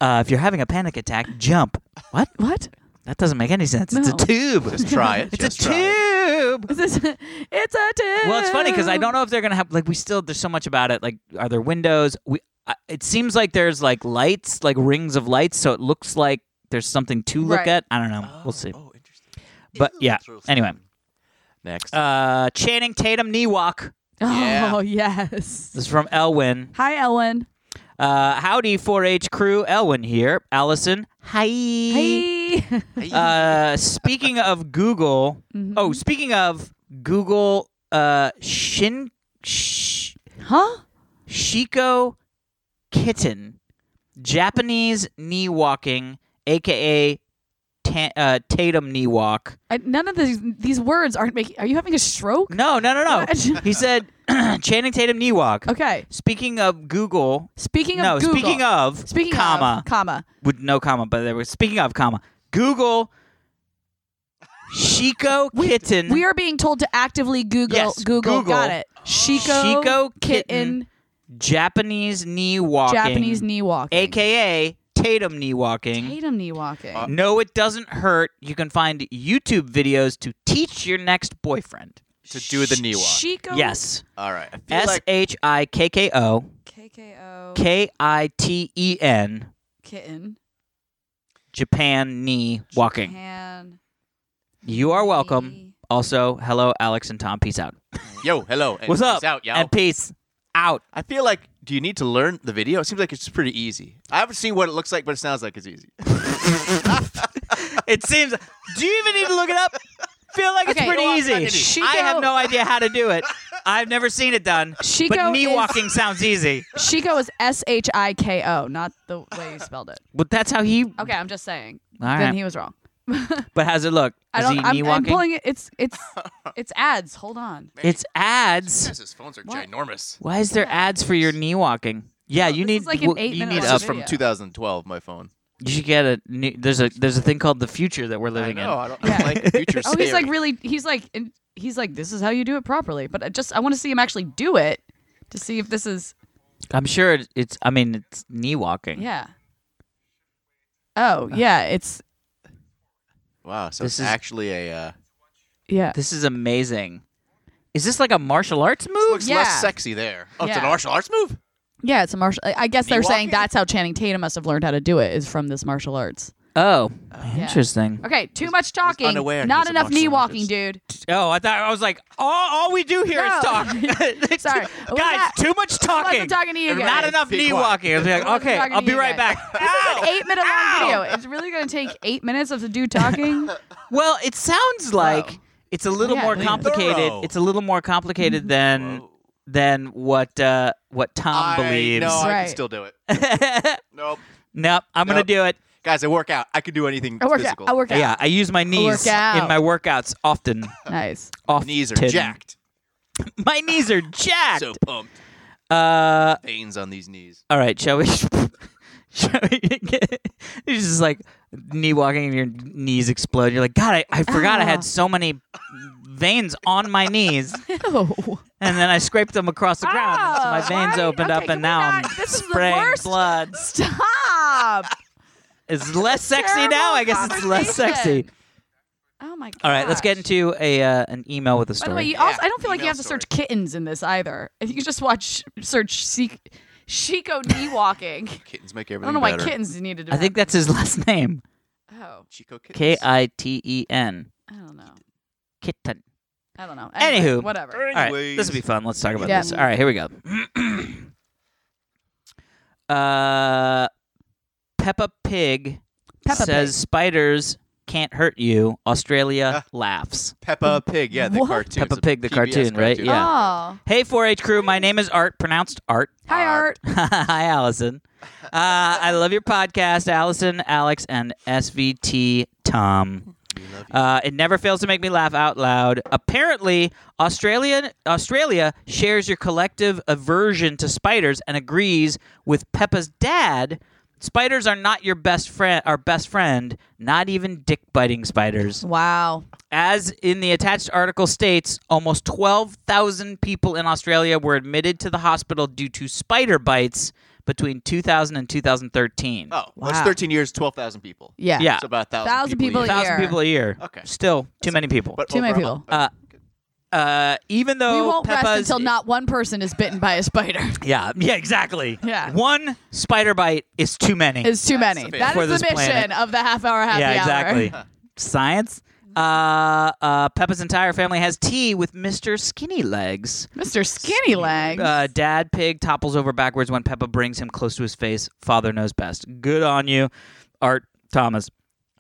C: Uh, if you're having a panic attack, jump. What?
A: What?
C: That doesn't make any sense. It's
A: No.
C: a tube.
D: Just try it.
C: it's
D: just
C: a
D: try it.
C: tube.
A: Is this, it's a tip.
C: Well, it's funny because I don't know if they're gonna have like we still there's so much about it. Like, are there windows? We I it seems like there's like lights, like rings of lights, so it looks like there's something to look
A: Right.
C: at. I don't know. we'll see.
D: Oh, interesting.
C: But yeah.
D: Interesting.
C: Anyway,
D: Next.
C: uh, Channing Tatum knee walk.
A: Oh,
D: Yeah.
A: yes.
C: This is from Elwin.
A: Hi, Ellen.
C: Uh, howdy, 4-H crew. Elwin here. Allison. Hi.
A: Hey.
C: Uh, speaking of Google.
A: Mhm.
C: Oh, speaking of Google. Uh, Shin. Sh-
A: Huh?
C: Shiko Kitten, Japanese knee walking, aka ta- uh, Tatum knee walk.
A: I, none of these these words aren't making. Are you having a stroke?
C: No, no, no, no.
A: What?
C: he said Channing Tatum knee walk.
A: Okay.
C: Speaking of Google,
A: Speaking of
C: no,
A: Google.
C: speaking of,
A: Speaking
C: comma
A: of comma.
C: with no comma, but there was speaking of comma Google. Shiko Kitten.
A: We are being told to actively Google.
C: Mm-hmm. Yes,
A: Google.
C: Google.
A: Got it. Shiko.
C: Shiko
A: kitten.
C: kitten Japanese knee walking.
A: Japanese knee walking.
C: aka Tatum knee walking.
A: Tatum knee walking.
D: Uh,
C: No, it doesn't hurt. You can find YouTube videos to teach your next boyfriend.
D: to do the knee walk.
A: Shiko.
C: Yes.
D: All right. I feel
C: S
D: like
C: H I K K O
A: KKO.
C: K I T E N,
A: kitten.
C: Japan knee walking.
A: Japan.
C: You are welcome.
A: knee.
C: Also, hello, Alex and Tom. Peace out.
D: yo, hello. and
C: What's
D: peace
C: up?
D: Out, yo.
C: And peace out.
D: I feel like. Do you need to learn the video? It seems like it's pretty easy. I haven't seen what it looks like, but it sounds like it's easy.
C: It seems. Do you even need to look it up? Feel like
A: Okay.
C: it's pretty
A: Go on,
C: easy.
A: Kennedy.
C: I have
A: Shiko-
C: no idea how to do it. I've never seen it done. but
A: Shiko
C: knee
A: is-
C: walking sounds easy.
A: Shiko is S H I K O, not the way you spelled it.
C: But that's how he.
A: Okay, I'm just saying.
C: All
A: then
C: right.
A: he was wrong.
C: But how's it look?
A: I
C: Is
A: don't.
C: he knee
A: I'm, I'm
C: walking?
A: pulling it. It's it's it's ads. Hold on.
C: It's ads.
D: his phones are
A: What?
D: ginormous.
C: Why is there ads for your knee walking? Yeah, you
A: this
C: need
A: is like an
C: w-
A: eight
C: you
A: minute
C: need
A: long
C: up
D: This is
C: from
D: from
A: video.
D: 2012. My phone.
C: you should get a new, there's a there's a thing called the future that we're living
D: I know.
C: in.
D: I don't, I don't like the future.
A: Oh, he's like
D: scary.
A: really. He's like in- he's like this is how you do it properly. But I just I want to see him actually do it to see if this is
C: I'm sure it- it's I mean it's knee walking.
A: yeah. Oh yeah, it's
D: Wow. So
C: This
D: it's
C: is-
D: actually a. Uh,
A: yeah.
C: This is amazing. Is this like a martial arts move?
D: looks
A: Yeah.
D: less sexy there. Oh, it's a
A: Yeah.
D: martial arts move.
A: Yeah, it's a martial. I I guess
D: Knee
A: they're saying
D: walking?
A: that's how Channing Tatum must have learned how to do it is from this martial arts.
C: Oh, interesting.
A: Okay, too much talking.
D: unaware he
A: Not
D: was a
A: enough knee
D: martial artist.
A: walking, dude.
C: Oh, I thought I was like all, all we do here is
A: No.
C: talk.
A: Sorry.
C: guys,
A: We're not-
C: too much talking.
A: Lots of talking to you guys.
C: Not enough
D: Be
C: knee
D: quiet.
C: walking. I was like,
A: Lots of
C: okay,
A: talking to
C: I'll be
A: you
C: right
A: guys.
C: back.
A: An eight minute long video. It's really going to take eight minutes of the dude talking.
C: Well, it sounds like it's a little
A: Yeah,
C: more
A: it is.
C: complicated.
D: Thorough. Mm-hmm.
C: It's a little more complicated than
D: Whoa.
C: than what uh, what Tom
D: I
C: believes.
D: know. I
A: Right.
D: can still do it. nope.
C: Nope, I'm gonna
D: Nope.
C: do it.
D: Guys, I work out. I could do anything
A: I work
D: physical.
A: out. I work out.
C: Yeah, I use my knees in
A: Workout.
C: my workouts often.
A: Nice.
C: Often.
D: Knees are jacked.
C: My knees are jacked.
D: So pumped.
C: uh,
D: Veins on these knees.
C: all right, shall we? shall we get, You're just like knee walking and your knees explode. You're like, God, I, I forgot I
A: Ah.
C: had so many veins on my knees.
A: Ew.
C: And then I scraped them across the ground. and so my
A: Oh,
C: veins
A: why-
C: opened
A: okay,
C: up
A: can
C: and
A: we
C: now
A: not-
C: I'm
A: this is the
C: spraying
A: worst.
C: blood.
A: Stop.
C: It's less sexy
A: terrible
C: now. I guess it's less sexy.
A: conversation. Oh my god.
C: All right, let's get into a uh, an email with a
A: By
C: story.
A: the way, you also, I don't
D: Yeah,
A: feel like you
D: email
A: have to search kittens in this either. If you could just watch search Seek Chico knee walking.
D: Kittens make
A: I
D: everything
A: don't know why
D: better.
A: kittens needed to
C: I think that's his last name.
A: Oh,
D: Chico kittens.
C: K I T E N.
A: I don't know.
C: Kitten.
A: I don't know. Anyway,
C: Anywho.
A: whatever.
C: All right, this will be fun. Let's talk about
A: Yeah.
C: this. All right, here we go. uh, Peppa Pig
A: Peppa
C: says spiders can't hurt you. Australia laughs.
D: Peppa Pig. Yeah, the
A: What?
D: cartoon.
C: Peppa
D: It's a
C: Pig, the
D: PBS
C: cartoon, right? Yeah.
A: Oh.
C: Hey, 4-H crew. My name is Art, pronounced Art.
A: Hi Art.
C: Hi, Allison. Uh, I love your podcast, Allison, Alex, and SVT Tom. Uh, it never fails to make me laugh out loud. Apparently, Australian Australia shares your collective aversion to spiders and agrees with Peppa's dad. Spiders are not your best friend. Our best friend, not even dick biting spiders.
A: Wow.
C: As in the attached article states, almost 12,000 people in Australia were admitted to the hospital due to spider bites between 2000 and 2013.
D: Oh, well, it's
A: Wow.
D: 13 years, 12,000 people.
A: Yeah.
C: Yeah.
D: It's about 1,000
A: 1,000
D: people. a
A: people
D: year.
C: 1,000 people a year.
D: Okay.
C: Still too many people.
D: But
A: Too many
D: over a month.
C: uh, uh, even though
A: we won't rest
C: Peppa's-
A: until not one person is bitten by a spider.
C: Yeah, yeah, exactly.
A: Yeah.
C: One spider bite is too many.
A: It's too
D: That's
A: many.
D: the
A: That
C: For
A: is the
C: this
A: mission
C: planet.
A: of the half hour happy
C: yeah,
A: hour.
C: exactly. Science. Uh, uh, Peppa's entire family has tea with Mr. Skinny Legs.
A: Mr. Skinny Legs.
C: Uh, dad pig topples over backwards when Peppa brings him close to his face. Father knows best. Good on you, Art Thomas.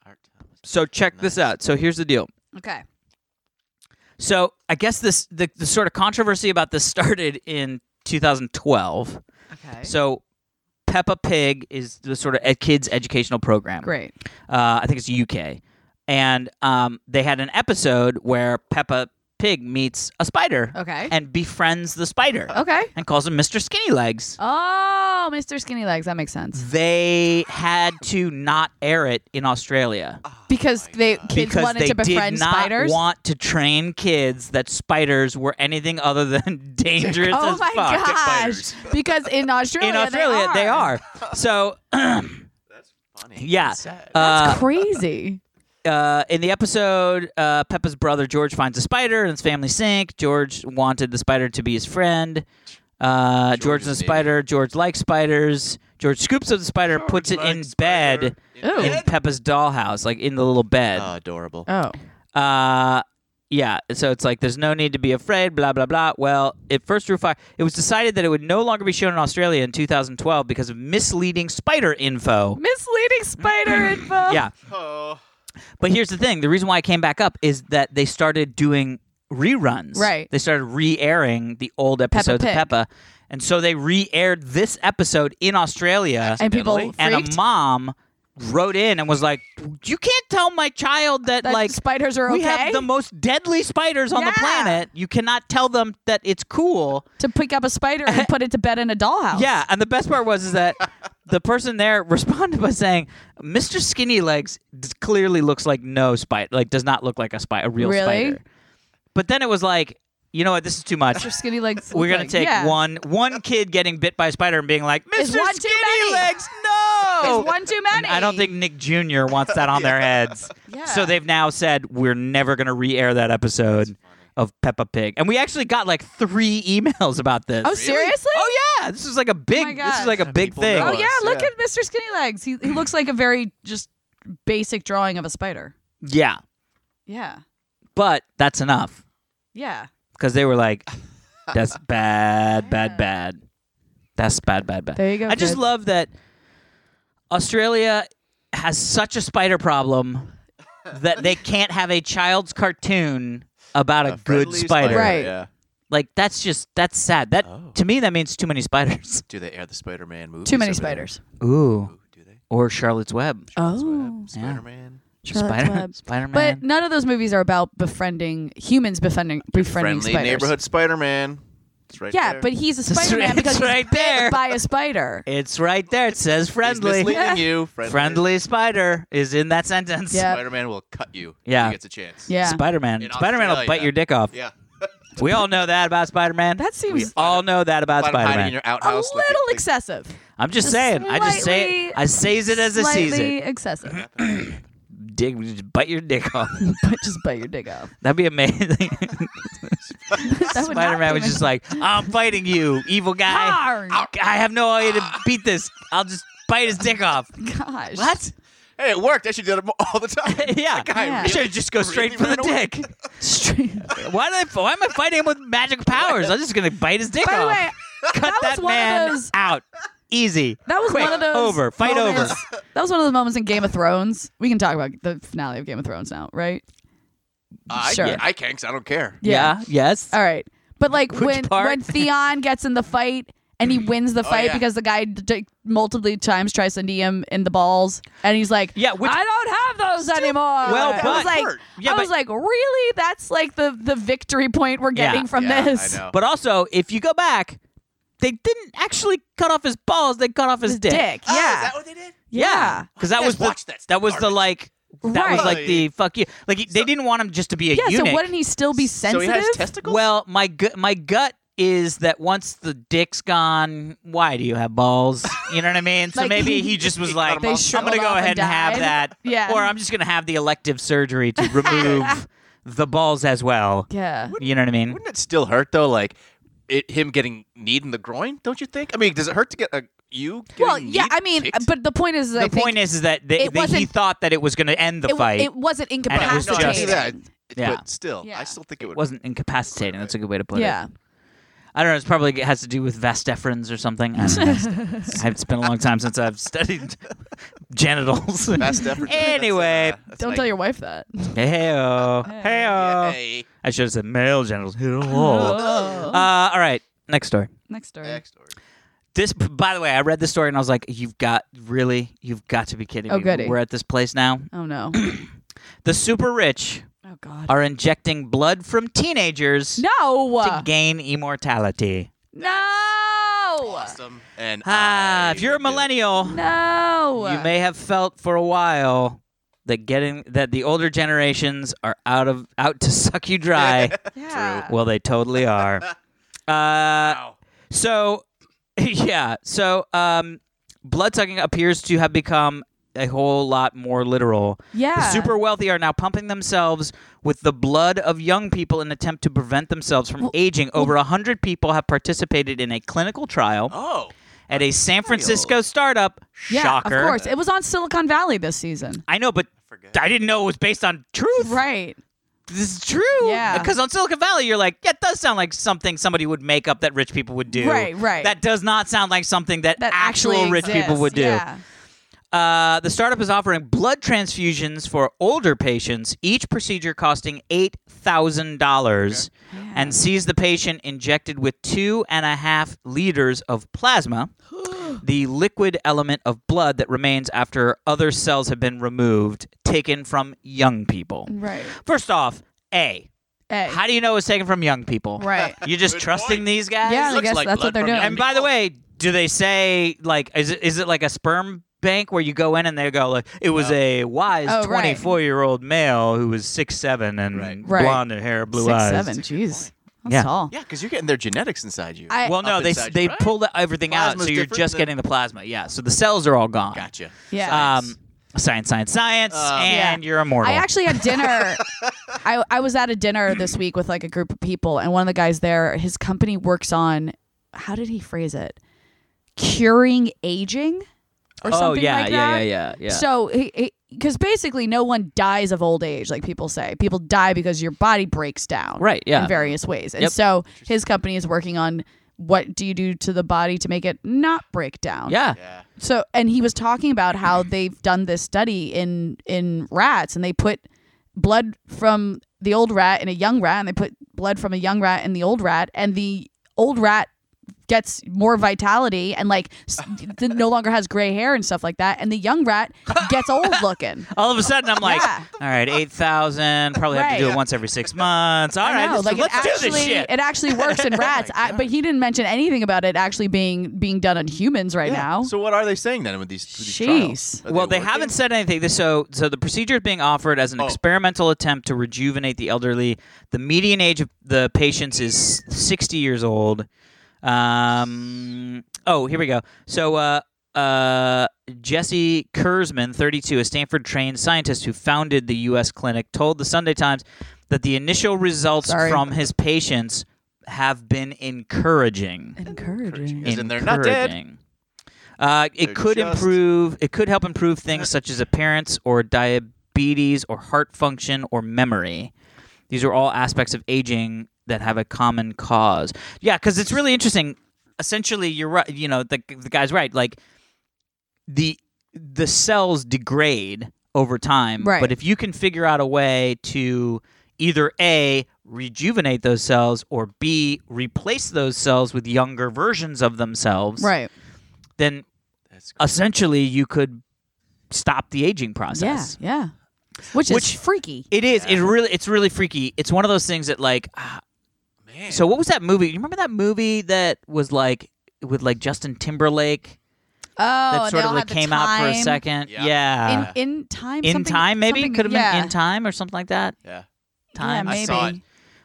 D: Art Thomas.
C: So check this out. So here's the deal.
A: okay.
C: So I guess this the, the sort of controversy about this started in 2012.
A: Okay.
C: So Peppa Pig is the sort of a kids educational program.
A: Great.
C: Uh, I think it's UK, and um, they had an episode where Peppa Pig meets a spider
A: Okay.
C: and befriends the spider
A: okay.
C: and calls him Mr. Skinny Legs.
A: Oh, Mr. Skinny Legs. That makes sense.
C: they had to not air it in Australia
A: Because they kids
C: Oh because
A: wanted
C: they
A: to befriend
C: did not
A: spiders.
C: want to train kids that spiders were anything other than dangerous
A: oh
C: as
A: my
C: fuck.
A: gosh! Because in Australia,
C: In Australia,
A: they are.
C: So,
D: That's funny.
C: yeah.
D: That's sad.
A: That's
C: Uh,
A: crazy.
C: uh, in the episode, uh, Peppa's brother George finds a spider in his family sink. George wanted the spider to be his friend. Uh, George,
D: George
C: and the
D: is an
C: spider. George likes spiders. George scoops up the spider,
D: George
C: puts it in
D: likes
C: bed
D: spider.
A: Ooh.
D: In
C: in
D: bed?
C: Peppa's dollhouse, like in the little bed.
D: Oh, adorable.
A: Oh,
C: Uh yeah, so it's like there's no need to be afraid, blah blah blah. Well, it first drew fire. It was decided that it would no longer be shown in Australia in 2012 because of misleading spider info.
A: misleading spider info.
C: Yeah,
D: Oh.
C: but here's the thing: the reason why it came back up is that they started doing reruns.
A: Right.
C: They started re-airing the old episodes
A: Pig.
C: of Peppa, and so they re-aired this episode in Australia.
A: and people
D: Accidentally.
A: freaked
C: And a mom wrote in and was like, "You can't tell my child that,
A: that
C: like
A: spiders are okay
C: we have the most deadly spiders on the
A: Yeah.
C: planet. You cannot tell them that it's cool.
A: to pick up a spider and put it to bed in a dollhouse.
C: Yeah, and the best part was is that the person there responded by saying, "Mr. Skinny Legs d- clearly looks like no spider, like does not look like a spider, a real
A: Really?
C: spider." But then it was like, you know what? This is too much.
A: Mr. Skinny Legs.
C: We're gonna
A: like-
C: take
A: yeah.
C: one one kid getting bit by a spider and being like,
A: Is
C: "Mr.
A: one too
C: Skinny
A: many?
C: Legs, no!"
A: Is one too many.
C: I don't think Nick Jr. wants that on their heads.
A: Yeah.
C: So they've now said we're never going to re-air that episode of Peppa Pig, and we actually got like three emails about this.
A: Oh, seriously?
C: Oh yeah, this is like a big.
A: my
C: this is
A: God.
C: like a big
D: People
C: thing.
D: know
A: Oh
D: us,
A: yeah, look
D: yeah.
A: at Mr. Skinny Legs. He, he looks like a very just basic drawing of a spider.
C: Yeah,
A: Yeah.
C: but that's enough
A: Yeah.
C: because they were like, "That's bad, bad, bad. That's bad, bad, bad."
A: There you go,
C: I just
A: kids.
C: love that Australia has such a spider problem that they can't have a child's cartoon about a, good
D: friendly
C: spider.
A: Right.
D: Yeah.
C: Like that's just that's sad. That
D: Oh.
C: to me that means too many spiders.
D: Do they air the Spider-Man movie?
A: Too many spiders.
C: Ooh,
D: Do they?
C: or Charlotte's Web.
A: Oh.
D: Spider-Man.
C: Spider Spider-Man.
A: But none of those movies are about befriending humans befriending befriending
D: Friendly
A: spiders.
D: neighborhood Spider-Man. It's right
A: yeah,
D: there.
A: but he's a
C: It's
A: Spider Man
C: right-
A: because
C: it's
A: he's
C: right
A: bit
C: there.
A: by a spider.
C: It's right there. It says
D: He's
C: friendly.
D: misleading you. Friendly.
C: Friendly spider is in that sentence.
A: Yeah.
D: Spider-Man will cut you.
C: Yeah.
D: If he gets a chance.
A: Yeah,
C: Spider Man.
D: In
C: Spider Man will
D: Australia.
C: bite your dick off.
D: Yeah.
C: We all know that about Spider Man.
A: that
D: We-
A: seems
C: all know that about
D: Let him
C: Spider
D: hide in
C: Man.
D: your
A: a
D: outhouse. like-
A: little
D: like-
A: excessive.
C: I'm just
A: Just
C: saying. I just say it.
A: slightly-
C: I says it as a
A: Slightly
C: season.
A: excessive.
C: Dig, just bite your dick off.
A: but just bite your dick off.
C: That'd be amazing.
A: That would not
C: Spider Man
A: be
C: was
A: my-
C: just like, I'm fighting you, evil guy.
A: Darn.
C: I have no way to beat this. I'll just bite his dick off.
A: Gosh.
C: What?
D: Hey, it worked. I should do that all the time.
C: yeah.
D: guy
A: Yeah.
C: I should have just go
D: really
C: straight for the
D: ran away.
C: dick.
A: Straight-
C: Why did I, Why am I fighting him with magic powers? I'm just gonna bite his dick
A: By the
C: off.
A: way,
C: Cut
A: that was
C: that,
A: one of
C: man
A: those-
C: out. Easy.
A: that was
C: Quick,
A: one of those
C: over. Fight over.
A: moments- That was one of those moments in Game of Thrones. We can talk about the finale of Game of Thrones now, right?
D: I,
A: Sure.
D: yeah, I can 'cause I don't care.
C: Yeah. Yes.
A: All right. But like
C: Which
A: when
C: part? Oh,
A: when Theon gets in the fight and he wins the fight
D: yeah.
A: because the guy d- d- multiple times tries to knee him in the balls and he's like,
C: Yeah, which-
A: I don't have those anymore."
C: Well,
A: I was
C: but-
A: like,
D: hurt.
C: Yeah,
A: I was
C: but-
A: like, really? That's like the the victory point we're
C: Yeah.
A: getting from
D: Yeah,
A: this.
D: I know.
C: But also, if you go back, they didn't actually cut off his balls. They cut off his,
A: Dick.
D: Oh, is
A: Yeah.
D: that what they did?
A: yeah.
C: Because
D: You
C: that
D: guys
C: was the,
D: watched that
C: that was the
D: garbage.
C: like that was
A: Right.
C: like the fuck you. Like he- they didn't want him just to be a
A: Yeah,
C: eunuch.
A: so wouldn't he still be
D: So he
A: sensitive?
D: has testicles.
C: Well, my gut, my gut is that once the dick's gone, why do you have balls? You know what I mean? So
A: Like,
C: maybe he just was
D: He
C: like,
D: cut 'em
A: They
C: I'm
D: off.
A: shriveled
C: gonna go
A: up
C: ahead and, have
A: died.
C: that,
A: Yeah.
C: or I'm just gonna have the elective surgery to remove the balls as well.
A: yeah.
C: You know what I
A: Mm-hmm.
C: mean?
D: Wouldn't it still hurt though? Like it, him getting kneed in the groin? Don't you think? I mean, does it hurt to get a you? Getting
A: Well, yeah,
D: kneed,
A: I mean,
D: kicked?
A: but the point is,
C: The
A: I think
C: point is, is that they,
A: it
C: they, he
A: wasn't-
C: thought that it was gonna end the
A: it, wa-
C: fight.
A: it wasn't
C: it was
D: no, I see
A: incapacitated.
D: that.
C: Yeah.
D: But still,
A: Yeah.
D: I still think it would.
C: wasn't incapacitating. That's a good way to put
A: yeah.
C: it. I don't know. It's probably it has to do with vastefrins or something. I don't know. it's been a long time since I've studied genitals.
D: Best effort. That's,
C: Anyway,
D: uh, that's
A: Don't
D: like-
A: tell your uh, wife that.
C: Heyo.
D: Yeah,
C: Heyo.
D: hey,
C: I should have said male genitals. Heyo.
A: Oh.
C: uh, all right. Next story.
A: Next story.
D: next story.
C: This, by the way, I read this story and I was like, "You've got really, you've got to be kidding
A: Oh,
C: me."
A: goody.
C: We're at this place now.
A: Oh no.
C: The super rich
A: Oh god.
C: are injecting blood from teenagers
A: No.
C: to gain immortality.
A: No.
D: Awesome.
A: Uh,
D: And
C: Ah,
D: I
C: if you're a
D: would do it.
C: millennial,
A: No.
C: you may have felt for a while that getting that the older generations are out of out to suck you dry.
A: Yeah.
C: well, they totally are. Uh,
D: Wow.
C: So, yeah. So, um, blood sucking appears to have become a whole lot more literal. The
A: yeah.
C: super wealthy are now pumping themselves with the blood of young people in an attempt to prevent themselves from aging. Over a 100 people have participated in a clinical trial
D: Oh,
C: at a San Francisco startup.
A: Yeah.
C: Shocker.
A: Of course, it was on Silicon Valley this season.
C: I know, but
D: forget.
C: I didn't know it was based on truth.
A: Right.
C: This is true.
A: Yeah.
C: Because on Silicon Valley, you're like, yeah, it does sound like something somebody would make up that rich people would do.
A: Right, right.
C: That does not sound like something that,
A: That
C: actual
A: actually
C: rich
A: exists.
C: people would do.
A: Yeah.
C: Uh, the startup is offering blood transfusions for older patients, each procedure costing $8,000, and sees the patient injected with two and a half liters of plasma, the liquid element of blood that remains after other cells have been removed, taken from young people.
A: Right.
C: First off, A.
A: Hey.
C: How do you know it's taken from young people?
A: right.
C: You're just
D: Good
C: trusting
D: point.
C: these guys?
A: Yeah, I
D: looks
A: guess
D: like
A: that's what
D: blood
A: they're
D: from
A: doing.
D: your
C: And by the way, do they say like is it is it like a sperm bank where you go in and they go like it was a
A: Oh,
C: wise
A: right.
C: twenty four year old male who was six seven and
D: Right.
A: Right.
C: blonde hair, blue
A: Six
C: eyes.
A: seven. Jeez. That's
C: Yeah.
A: tall.
D: yeah, because you're getting their genetics inside you.
A: I,
C: Well, no,
D: Up
C: they
D: inside you,
C: they
D: right?
C: pulled everything out,
D: Plasma's
C: so you're
D: different
C: just
D: than-
C: getting the plasma. Yeah, so the cells are all gone.
D: gotcha.
A: yeah.
C: Um, science, science, science,
D: Uh,
C: and
A: Yeah.
C: you're immortal.
A: I actually had dinner. I, I was at a dinner this week with like a group of people, and one of the guys there, his company works on how did he phrase it? Curing aging or
C: oh
A: something
C: yeah,
A: like
C: yeah,
A: that.
C: yeah, yeah, yeah.
A: So, because basically, no one dies of old age, like people say. People die because your body breaks down,
C: Right, yeah.
A: in various ways. And
C: Yep.
A: so, his company is working on what do you do to the body to make it not break down.
C: yeah.
D: Yeah.
A: So, and he was talking about how they've done this study in in rats, and they put blood from the old rat in a young rat, and they put blood from a young rat in the old rat, and the old rat gets more vitality and like s- th- no longer has gray hair and stuff like that, and the young rat gets old looking.
C: All of a sudden, I'm like,
A: Yeah.
C: all right, eight thousand. Probably have to do
A: Right.
C: it once every six months. All
A: I
C: right,
A: know,
C: let's,
A: like
C: let's
A: it
C: do
A: actually,
C: this shit. Oh
A: it actually works in rats. I, but he didn't mention anything about it actually being being done on humans right now.
D: So what are they saying then with these? With these
A: Jeez.
D: trials? Are
C: well, they
D: working?
C: haven't said anything. This- So, so the procedure is being offered as an
D: Oh.
C: experimental attempt to rejuvenate the elderly. The median age of the patients is 60 years old. Um, oh, here we go. So, uh, uh, Jesse Kurzman, 32, a Stanford-trained scientist who founded the U.S. clinic, told the Sunday Times that the initial results
A: Sorry.
C: from his patients have been encouraging
A: Encouraging.
D: As in they're not dead.
C: encouraging. Uh, it
D: They're
C: could
D: just-
C: improve. It could help improve things such as appearance or diabetes or heart function or memory. These are all aspects of aging that have a common cause. Yeah, because it's really interesting. Essentially, you're right. You know, the the guy's right. Like the the cells degrade over time.
A: Right.
C: But if you can figure out a way to either A, rejuvenate those cells, or B, replace those cells with younger versions of themselves,
A: Right.
C: then
D: That's
A: uh,
C: essentially you could stop the aging
A: Yeah.
C: process.
A: Yeah. Which is
C: Which-
A: freaky.
C: It is. It really. It's really freaky. It's one of those things that, like, ah,
D: Man.
C: so what was that movie? You remember that movie that was like with like Justin Timberlake
A: Oh,
C: that
A: and
C: sort
A: they
C: of
A: all
C: like
A: had the
C: came out for a
A: time.
C: second?
D: Yeah.
A: In,
C: Yeah.
A: in time,
C: in
A: something-
C: time, maybe
A: something-
C: could have been
A: yeah.
C: in time or something like that.
D: yeah,
C: Time.
A: Yeah,
D: I
A: maybe.
D: saw it.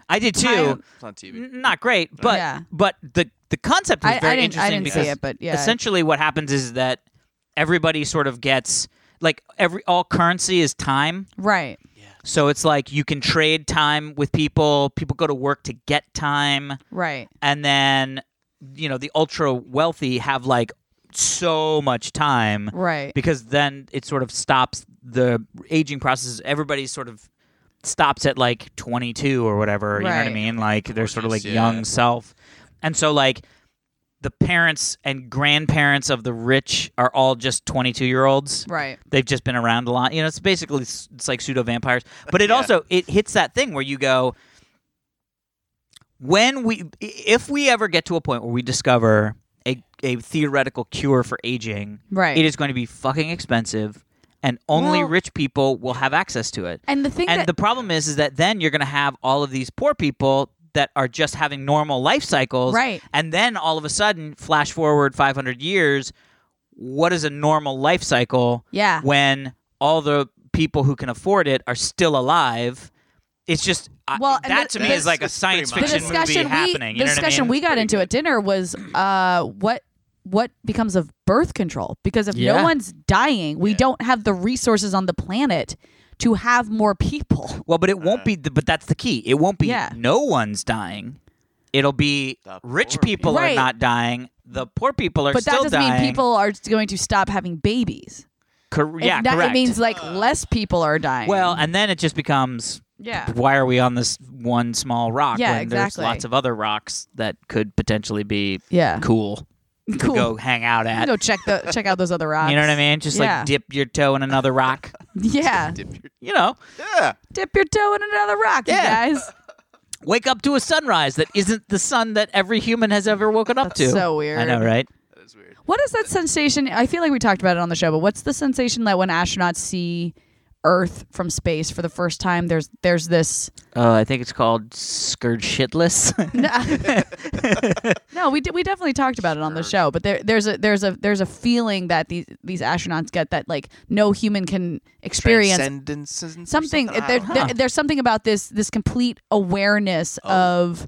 C: I did too.
A: Time.
D: it's on TV.
C: N- Not great, but
A: Yeah.
C: but the the concept was
A: I,
C: very
A: I didn't,
C: interesting
A: I didn't see
C: because
A: it, but yeah.
C: essentially what happens is that everybody sort of gets like every all currency is time.
A: right.
C: So it's like you can trade time with people. People go to work to get time,
A: Right.
C: and then you know the ultra wealthy have like so much time
A: Right.
C: because then it sort of stops the aging process. Everybody sort of stops at like 22 or whatever. You know what I
A: Right.
C: mean? Like they're sort of like
D: Yeah.
C: young self, and so like the parents and grandparents of the rich are all just 22 year olds
A: Right.
C: they've just been around a lot. You know, it's basically it's, it's like pseudo vampires. But it
D: Yeah.
C: also it hits that thing where you go when we if we ever get to a point where we discover a, a theoretical cure for aging,
A: Right.
C: it is going to be fucking expensive and only
A: Well-
C: rich people will have access to it.
A: and the thing
C: And
A: that
C: the problem is is that then you're going to have all of these poor people that are just having normal life cycles.
A: Right.
C: And then all of a sudden flash forward 500 years, what is a normal life cycle?
A: yeah.
C: when all the people who can afford it are still alive. It's just I-
A: Well, and
C: that
A: the-
C: to me
A: the-
C: is like a
D: That's
C: science
D: pretty
A: the
D: much
C: fiction movie
A: discussion we
C: happening. you
A: the
C: know what I
A: discussion
C: mean?
A: we got into at dinner was uh what what becomes of birth control because if no
C: Yeah.
A: one's dying, we
D: Yeah.
A: don't have the resources on the planet to have more people.
C: well, but it
D: Uh,
C: won't be. The, but that's the key. It won't be.
A: Yeah.
C: No one's dying. It'll be
D: The
C: rich
D: poor
C: people
A: people.
C: are
A: Right.
C: not dying. The poor people are
A: But that
C: still
A: doesn't
C: dying.
A: mean people are going to stop having babies.
C: Cor-
A: It-
C: yeah,
A: that,
C: correct.
A: It means like less people are dying.
C: well, and then it just becomes
A: yeah.
C: why are we on this one small rock
A: Yeah,
C: when
A: exactly.
C: there's lots of other rocks that could potentially be
A: Yeah.
C: cool, to
A: Cool.
C: go hang out
A: You can
C: at.
A: go check the check out those other rocks.
C: You know what I mean? Just
A: Yeah.
C: like dip your toe in another rock.
A: Yeah.
D: Dip your-
C: You know,
D: Yeah,
A: Dip your toe in another rock,
C: Yeah.
A: you guys.
C: wake up to a sunrise that isn't the sun that every human has ever woken up to.
A: That's so weird.
C: I know, right?
D: that is weird.
A: What is that sensation? I feel like we talked about it on the show, but what's the sensation that when astronauts see Earth from space for the first time? There's there's this.
C: Uh, I think it's called Scourge Shitless.
A: No, we did, we definitely talked about it on the show, but there there's a there's a there's a feeling that these these astronauts get that like no human can experience.
D: Transcendence or
A: Something
D: I
A: there,
D: don't know.
A: there- there's something about this this complete awareness
C: Oh.
A: of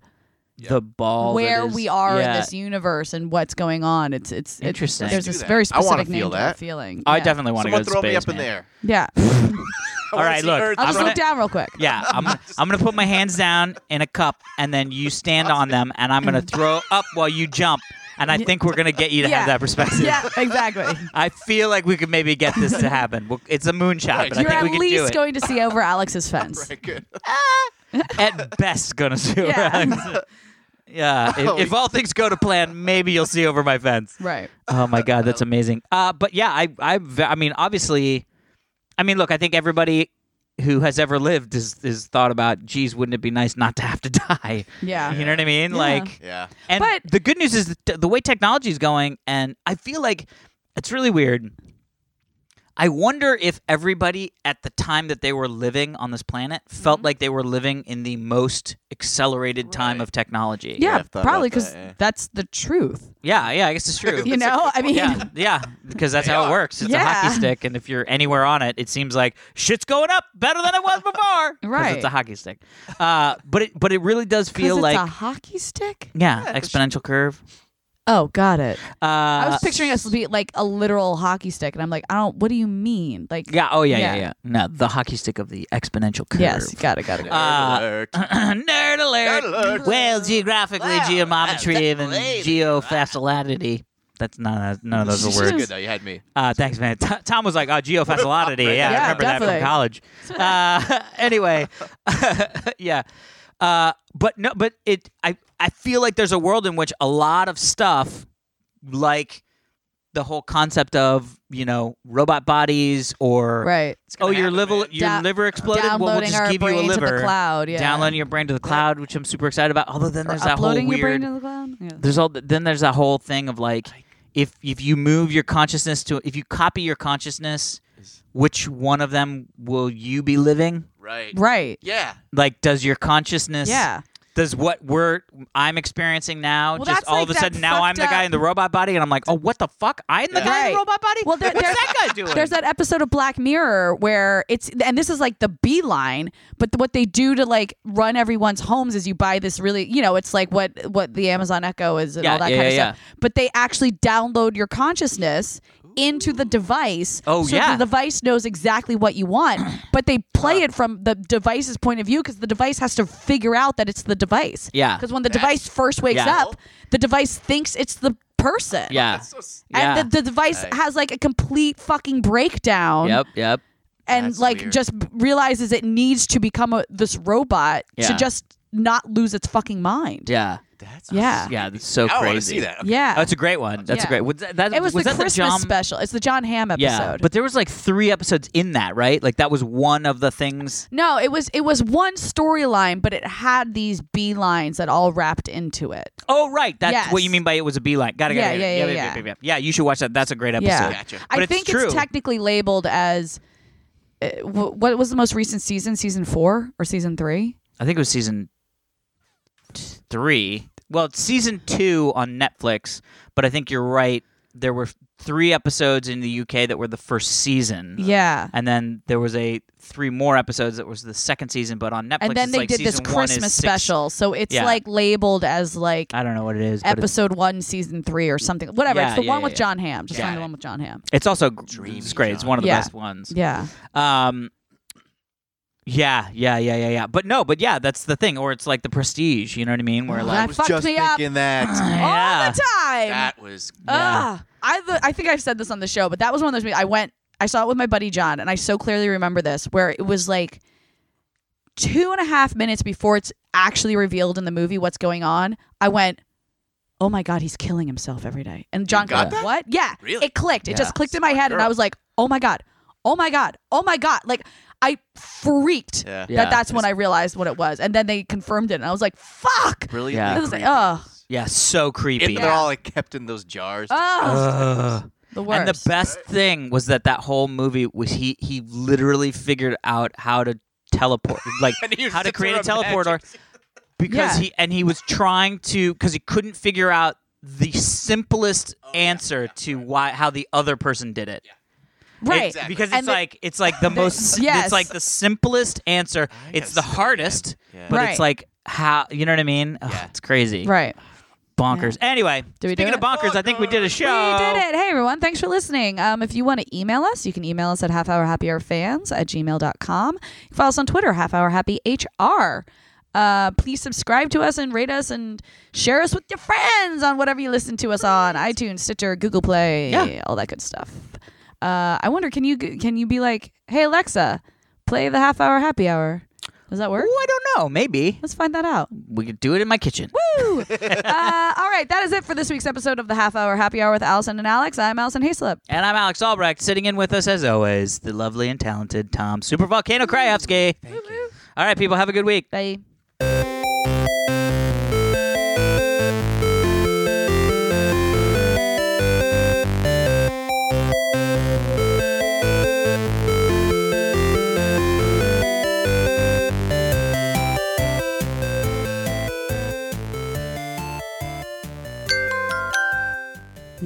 C: The ball. that
A: where
C: is-
A: we are
C: yeah.
A: in this universe and what's going on. It's it's it-
C: Interesting.
A: there's this
D: Let's do that.
A: very
D: I wanna
A: specific name
D: feel
A: to
D: that.
A: the feeling.
C: I
A: yeah.
C: definitely want to go
D: Someone
C: to
D: throw
C: space.
D: me up in
C: man.
D: there.
A: Yeah,
D: I
C: All
D: wanna
C: right,
D: see
C: look,
D: Earth.
A: I'll just
C: I'm
A: look
C: gonna-
A: down real quick.
C: Yeah, I'm gonna, I'm gonna put my hands down in a cup, and then you stand on them, and I'm gonna throw up while you jump. And I think we're gonna get you to
A: Yeah.
C: have that perspective.
A: yeah, exactly.
C: I feel like we could maybe get this to happen. We'll- It's a moonshot,
D: Right,
C: but I
A: You're
C: think
A: at
C: we could do
A: least
C: it.
A: going to see over Alex's fence.
D: Right, good.
C: at best gonna see over
A: Yeah.
C: Alex. Yeah, if,
D: Oh,
C: if all things go to plan, maybe you'll see over my fence.
A: Right.
C: Oh my god, that's amazing. Uh, but yeah, I, I, I mean, obviously, I mean, look, I think everybody who has ever lived is, is thought about, geez, wouldn't it be nice not to have to die?
A: Yeah.
C: You know what I mean?
A: Yeah.
C: Like,
D: Yeah.
C: and
A: But-
C: the good news is the, the way technology is going, and I feel like it's really weird. I wonder if everybody at the time that they were living on this planet
A: Mm-hmm.
C: felt like they were living in the most accelerated time
D: Right.
C: of technology.
A: Yeah,
D: I've thought about
A: probably because
D: that, yeah.
A: that's the truth.
C: yeah, yeah, I guess it's true.
A: You know, I mean,
C: yeah, yeah, because that's
D: They
C: how it
D: are.
C: works. It's a
A: Yeah.
C: hockey stick, and if you're anywhere on it, it seems like shit's going up better than it was before. 'Cause
A: Right.
C: it's a hockey stick. Uh, but it but it really does
A: 'Cause
C: feel
A: it's
C: like
A: a hockey stick.
C: yeah, exponential curve.
A: Oh, got it.
C: Uh,
A: I was picturing us to be like a literal hockey stick, and I'm like, I don't. What do you mean? Like,
C: Yeah. Oh, yeah, yeah,
A: Yeah.
C: yeah. No, the hockey stick of the exponential curve.
A: yes, got it, got it. got it.
C: Uh,
D: Alert.
C: Nerd alert.
D: Nerd alert.
C: Well, geographically,
D: Wow,
C: geometry, and
D: that's
C: geofacility. That's not none of those
D: This
C: are
D: is
C: words.
D: good though. You had me.
C: Uh, thanks, man. T- Tom was like, "Oh, geofacility." yeah, I
A: Yeah,
C: remember that
A: definitely.
C: from college. Uh, anyway, yeah. Uh, but no, but it. I I feel like there's a world in which a lot of stuff, like the whole concept of you know robot bodies or
A: right.
C: oh
D: gonna
C: your
D: happen,
C: liver
D: man.
C: your
A: Down-
C: liver exploded. Well, we'll
A: Downloading
C: just
A: our
C: give
A: brain
C: you a liver.
A: to the cloud. Yeah.
C: Downloading your brain to the cloud, which I'm super excited about. Although then
A: Or
C: there's that whole
A: uploading your brain
C: weird
A: to the cloud. Yeah.
C: there's all then there's that whole thing of like if if you move your consciousness to if you copy your consciousness which one of them will you be living
D: Right.
A: Right.
D: Yeah.
C: like does your consciousness
A: Yeah.
C: does what we're i'm experiencing now
A: Well,
C: just
A: that's
C: all
A: like
C: of a
A: that
C: sudden now i'm
A: fucked
C: the guy
A: up-
C: in the robot body and i'm like oh what the fuck i'm the
D: Yeah.
C: guy in
A: Right.
C: the robot body
A: Well, there-
C: what's
A: there's-
C: that guy doing
A: There's that episode of Black Mirror where it's, and this is like the beeline, but what they do to like run everyone's homes is you buy this really, you know, it's like what what the Amazon Echo is and
C: Yeah,
A: all that
C: yeah,
A: kind of
C: yeah,
A: stuff. But they actually download your consciousness into the device.
C: Oh,
A: so
C: yeah.
A: the device knows exactly what you want, but they play it from the device's point of view because the device has to figure out that it's the device.
C: Yeah.
A: Because when the device first wakes
C: Yeah.
A: up, the device thinks it's the person.
C: yeah
D: That's so s-
C: yeah
A: And the, the device
D: Right.
A: has like a complete fucking breakdown
C: yep yep
A: and
D: That's
A: like
D: weird.
A: just b- realizes it needs to become a, this robot
C: Yeah.
A: to just not lose its fucking mind.
C: yeah
D: That's
A: Yeah.
C: yeah that's so
D: I
C: crazy
D: want to see that. Okay.
A: Yeah.
C: that's Oh, a great one that's a
A: Yeah.
C: great was that, that-
A: it was, the
C: that
A: Christmas
C: John-
A: special. It's the John Hamm episode.
C: yeah but there was like three episodes in that right like that was one of the things
A: no, it was it was one storyline, but it had these B lines that all wrapped into it.
C: Oh, right. That's
A: Yes.
C: what you mean by it was a beeline. Got it.
A: Yeah,
C: got it,
A: yeah,
C: got
A: yeah,
C: it.
A: yeah.
C: yeah. Yeah, you should watch that. That's a great episode.
A: Yeah.
D: Gotcha.
C: But
A: I
C: it's
A: think
C: true.
A: it's technically labeled as uh, wh- what was the most recent season? Season four or season three?
C: I think it was season t- three. Well, it's season two on Netflix, but I think you're right. There were three episodes in the UK that were the first season.
A: Yeah.
C: And then there was a three more episodes that was the second season, but on Netflix,
A: and then
C: it's
A: they
C: like
A: did this
C: season one is
A: Christmas
C: six-
A: special, so it's
C: Yeah.
A: like labeled as like
C: I don't know what it is, but it's,
A: episode one, season three, or something. Whatever.
C: Yeah,
A: it's the
C: yeah,
A: one
C: yeah,
A: with
C: yeah.
A: John Hamm. Just
D: Got
A: find the
D: it.
A: one with John Hamm.
C: it's also gr-
D: Dreamy
C: it's great. It's
D: John.
C: one of the
A: Yeah.
C: best ones.
A: Yeah.
C: Um, yeah, yeah, yeah, yeah, yeah. But no, but yeah, that's the thing. Or it's like the prestige. You know what I mean? Where
A: That
D: I
C: like,
D: was
A: fucked
D: just
A: me up. Uh,
D: thinking that.
C: yeah,
A: All the time.
D: that was.
A: Ugh. I the, I think I've said this on the show, but that was one of those. I went. I saw it with my buddy John, and I so clearly remember this, where it was like two and a half minutes before it's actually revealed in the movie what's going on. I went, "Oh my god, he's killing himself every day." And John
D: got
A: goes,
D: that?
A: "What? Yeah,
D: Really?
A: it clicked. It
C: Yeah.
A: just clicked in my head, and I
D: girl.
A: was like, "Oh my god, oh my god, oh my god!" Like I freaked
D: Yeah.
C: Yeah.
A: that. That's when I realized what it was, and then they confirmed it, and I was like, "Fuck."
D: Brilliant.
C: Yeah.
A: I was like, ugh.
C: yeah, so creepy.
D: And they're all like kept in those jars.
A: Oh,
C: Ugh.
A: the worst.
C: and the best thing was that that whole movie was he he literally figured out how to teleport, like
D: And he was
C: how to
D: just
C: create a
D: sort of
C: teleporter, because
A: Yeah.
C: he and he was trying to because he couldn't figure out the simplest
D: Oh,
C: answer to why how the other person did it.
A: right?
C: It's- because it's
A: And the-
C: like it's like the most it's
A: yes.
C: like the simplest answer. It's
D: gotta
C: the
D: see that
C: hardest,
D: again. Yeah.
C: but
A: Right.
C: it's like how you know what I mean? Ugh,
D: Yeah.
C: It's crazy.
A: Right.
C: Bonkers. Anyway,
A: Do we do
C: speaking of
A: it?
C: bonkers, I think we did a show.
A: We did it. Hey, everyone. Thanks for listening. Um, if you want to email us, you can email us at halfhourhappyhourfans at gmail.com. You can follow us on Twitter, halfhourhappyhr. Uh, please subscribe to us and rate us and share us with your friends on whatever you listen to us on iTunes, Stitcher, Google Play,
C: Yeah.
A: all that good stuff. Uh, I wonder, can you can you be like, hey Alexa, play the half hour happy hour? Does that work?
C: Ooh, I don't know. Maybe
A: Let's find that out.
C: we could do it in my kitchen.
A: Woo! uh, all right, that is it for this week's episode of the Half Hour Happy Hour with Allison and Alex. I'm Allison Hayslip.
C: And I'm Alex Albrecht, sitting in with us as always, the lovely and talented Tom Super Volcano Krajewski. All right, people, have a good week.
A: Bye.